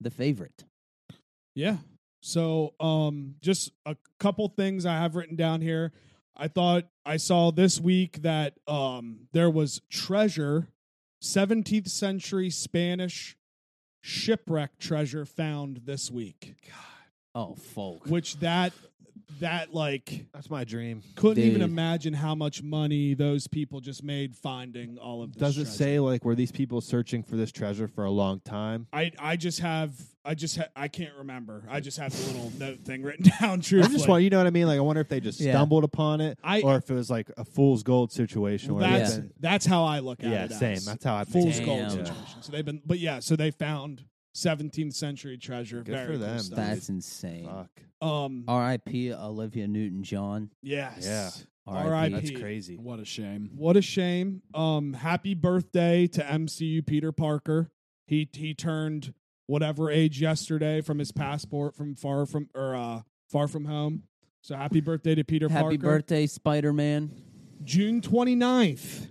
the favorite.
Yeah. So, um, just a couple things I have written down here. I thought I saw this week that um there was treasure, 17th century Spanish shipwreck treasure found this week,
Oh, folk.
which that that like
That's my dream.
couldn't even
Dude.
imagine how much money those people just made finding all of this.
Does it
treasure.
say like were these people searching for this treasure for a long time?
I, I just have I just ha- I can't remember. I just have the little note thing written down.
I
Truthfully,
just want you know what I mean. Like I wonder if they just
Yeah.
stumbled upon it,
I-
or if it was like a fool's gold situation. Where
that's
they've been-
that's how I look at
yeah,
it.
same.
as
That's how I
fool's
think.
gold
Damn.
situation. So they've been, but yeah, so they found 17th century treasure.
Good
very
for
cool
them,
stuff.
That's insane.
Fuck.
um,
R.I.P. Olivia Newton John.
yes,
Yeah.
R.I.P..
That's
P.
crazy.
What a shame.
What a shame. Um, happy birthday to MCU Peter Parker. He he turned whatever age yesterday from his passport from far from or uh, far from home. So happy birthday to Peter
Happy
Parker.
birthday, Spider Man.
June 29th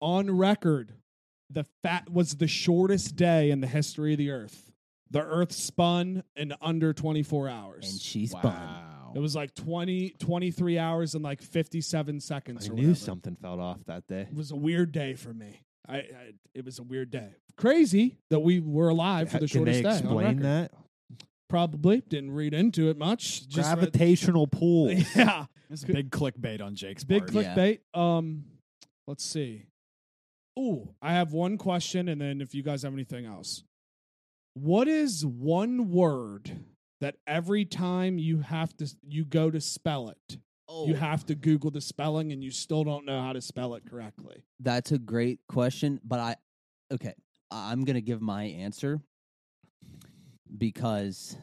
on record the fat was the shortest day in the history of the earth. The earth spun in under 24 hours.
And she's fun.
wow.
It was like 20, 23 hours and like 57 seconds.
I
or
knew
whatever.
something fell off that day.
It was a weird day for me. I, I It was a weird day. Crazy that we were alive for the
Can
shortest
they
day. on
explain
record.
that?
Probably. Didn't read into it much. Just read-
Gravitational pull.
yeah.
It's a big clickbait on Jake's
Big
part.
click-
clickbait. Um, let's see. Ooh, I have one question, and then if you guys have anything else, what is one word that every time you have to you go to spell it,
Oh,
you have to Google the spelling, and you still don't know how to spell it correctly?
that's a great question, but I, okay, I- I'm going to give my answer because,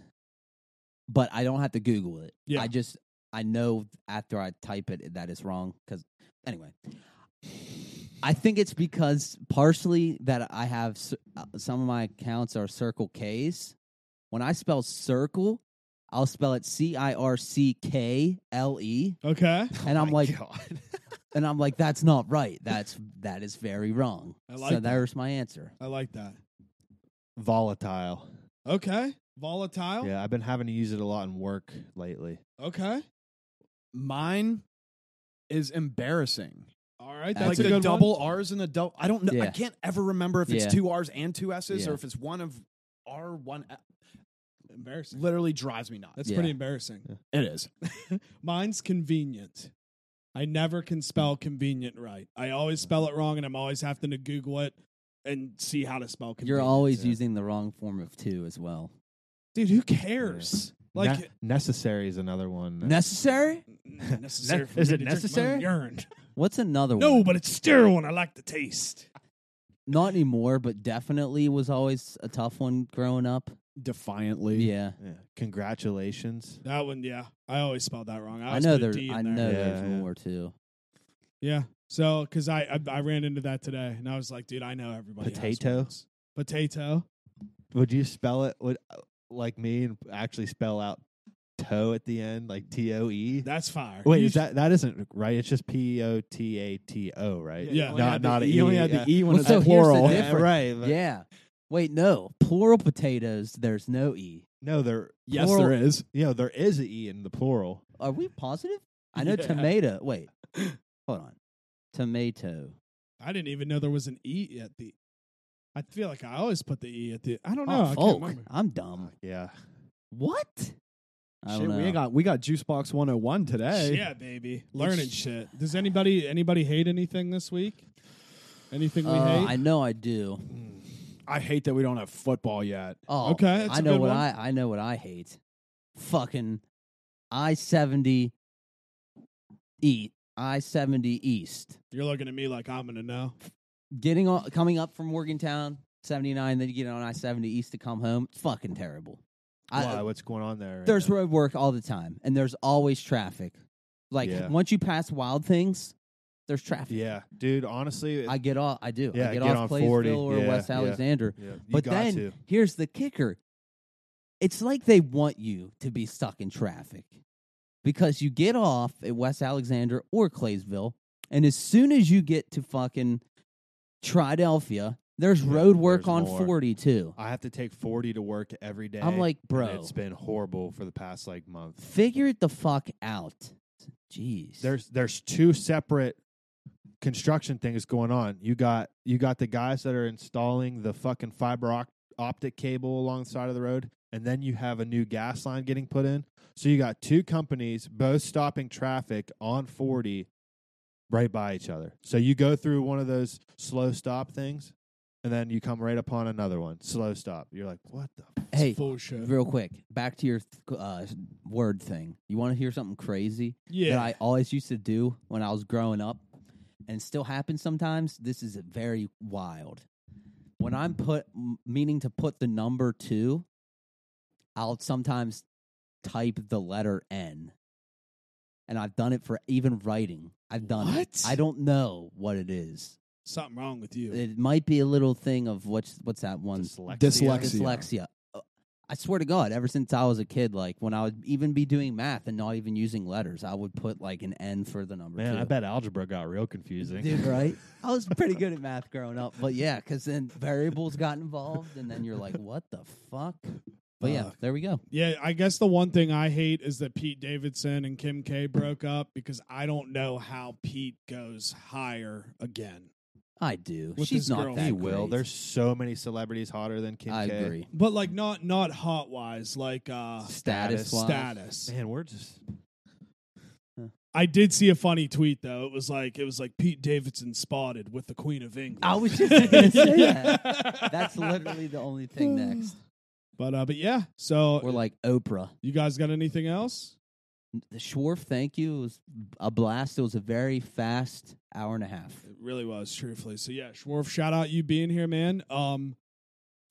but I don't have to Google it.
Yeah.
I just, I know after I type it that it's wrong because, anyway. I think it's because partially that I have s- uh, some of my accounts are circle K's. When I spell circle, I'll spell it C I R C K L E.
Okay,
and I'm
My
like,
God.
and I'm like, that's not right. That's that is very wrong.
I like
so
that.
there's my answer.
I like that.
volatile.
Okay, volatile.
Yeah, I've been having to use it a lot in work lately.
Okay,
Mine is embarrassing.
all right. That's
Like
like
a
the
good
double R's and the double. I don't know. I
Yeah.
can't ever remember if it's
Yeah.
two R's and two S's
Yeah.
or if it's one of R one. F.
One. Embarrassing.
Literally drives me nuts.
That's
Yeah.
pretty embarrassing.
It is.
Mine's convenient. I never can spell convenient right. I always spell it wrong, and I'm always having to Google it and see how to spell convenient.
You're always
yeah.
using the wrong form of two as well.
dude. Who cares? Like
Ne- necessary is another one.
Necessary?
n- necessary?
Ne-
for
is
me
it
to drink my own
necessary?
Urine.
What's another
No,
one?
but it's sterile, and I like the taste.
Not anymore, but definitely was always a tough one growing up.
Defiantly.
Yeah.
yeah. Congratulations.
That one, yeah. I always spell that wrong. I,
I
always
know
put a
there
D in
I
there.
know
Yeah,
there's
yeah.
more too.
Yeah. So, because I, I I ran into that today, and I was like, dude, I know everybody. has
Potato?
ones. Potato.
Would you spell it would, uh, like me and actually spell out toe at the end, like T O E?
That's fire.
Wait,
You
is that that isn't right? It's just P O T A T O, right?
Yeah, you only
not
had the
not a
E-
E.
you only had the
E
when Well, it's so a here's the plural.
Yeah,
difference.
right? but-
Yeah. Wait, no. Plural potatoes, there's no E.
No, there.
Yes,
Plural-
there is.
You know, there is a E in the plural.
Are we positive? I know
Yeah.
tomato. Wait. Hold on. Tomato.
I didn't even know there was an E at the. I feel like I always put the E at the. I don't know.
Oh,
I can't
folk.
remember.
I'm dumb.
Yeah.
What? I don't
Shit,
know.
we got we got Juicebox 101 today.
Yeah, baby, learning shit. Does anybody anybody hate anything this week? Anything we
Uh,
hate?
I know I do.
I hate that we don't have football yet.
Oh,
Okay, that's
I
a
know
good
what
one.
I I know what I hate. Fucking I seventy eat I seventy east.
You're looking at me like I'm gonna know.
Getting on, coming up from Morgantown seventy nine, then you get on I seventy east to come home. It's fucking terrible.
Why?
I,
What's going on there? right
there's
now?
road work all the time, and there's always traffic. Like
Yeah.
once you pass Wild Things, there's traffic.
Yeah, dude. Honestly, it-
I get off. I do.
Yeah,
I get,
get
off
on
Claysville
40,
or
yeah,
West
yeah.
Alexander.
yeah, you
But
got
then
to.
here's the kicker. It's like they want you to be stuck in traffic because you get off at West Alexander or Claysville, and as soon as you get to fucking Tridelphia, there's
Yeah,
road work
there's
on
more.
42.
I have to take forty to work every day.
I'm like,
and
bro,
it's been horrible for the past like month.
figure it the fuck out. Jeez.
There's there's two separate construction things going on. You got you got the guys that are installing the fucking fiber oc- optic cable along the side of the road, and then you have a new gas line getting put in. So you got two companies both stopping traffic on 40 right by each other. So you go through one of those slow stop things, and then you come right upon another one, slow stop. You're like, what the? f-
Hey,
full shit.
real quick, back to your th- uh, word thing. You want to hear something crazy that
Yeah,
I always used to do when I was growing up, and still happens sometimes? This is very wild. When I'm put m- meaning to put the number two, I'll sometimes type the letter N, and I've done it for even writing. I've done it.
What?
I don't know what it is.
something wrong with you.
It might be a little thing of what's what's that one
Dyslexia.
dyslexia. Uh, I swear to God, ever since I was a kid, like when I would even be doing math and not even using letters, I would put like an N for the number
Man,
two.
I bet algebra got real confusing.
Dude, right? I was pretty good at math growing up, but yeah, because then variables got involved, and then you're like, "What the fuck?" But yeah,
Fuck.
there we go.
Yeah, I guess the one thing I hate is that Pete Davidson and Kim K broke up because I don't know how Pete goes higher again.
I do.
With
She's
this
not
girl.
that
He will.
great.
There's so many celebrities hotter than Kim
I
K.
agree.
But like not not hot wise, like uh
Status wise,
status.
Man, we're just
I did see a funny tweet though. It was like it was like Pete Davidson spotted with the Queen of England.
I was just gonna say that. That's literally the only thing next.
But uh but yeah. So
Or like Oprah.
you guys got anything else?
The Schwarf, thank you. It was a blast. It was a very fast hour and a half.
It really was, truthfully. So yeah, Schwarf, shout out you being here, man. Um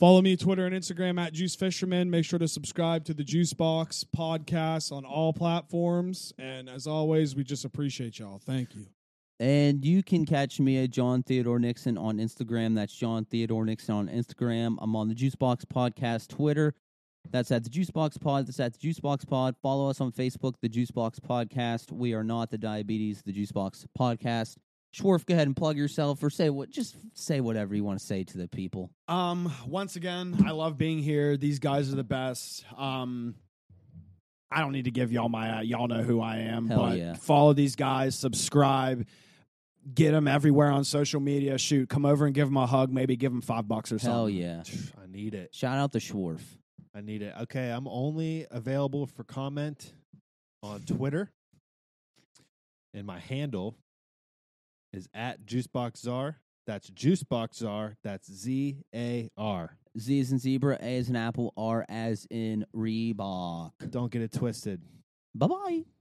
follow me Twitter and Instagram at Juice Fisherman. Make sure to subscribe to the Juice Box podcast on all platforms. And as always, we just appreciate y'all. Thank you.
And you can catch me at John Theodore Nixon on Instagram. That's John Theodore Nixon on Instagram. I'm on the Juicebox Podcast Twitter. That's at the Juicebox Pod. That's at the Juicebox Pod. Follow us on Facebook, the Juicebox Podcast. We are not the Diabetes, the Juicebox Podcast. Schwarf, go ahead and plug yourself or say what just say whatever you want to say to the people.
Um, once again, I love being here. These guys are the best. Um, I don't need to give y'all my uh, y'all know who I am,
Hell
but
yeah.
follow these guys, subscribe, get them everywhere on social media. Shoot, come over and give them a hug. Maybe give them five bucks or
Hell
something.
yeah.
I need it.
Shout out to Schwarf.
I need it. Okay, I'm only available for comment on Twitter. And my handle is at JuiceboxZar. That's JuiceboxZar. That's Z A R.
Z is in zebra, A is in apple, R as in Reebok.
Don't get it twisted.
Bye bye.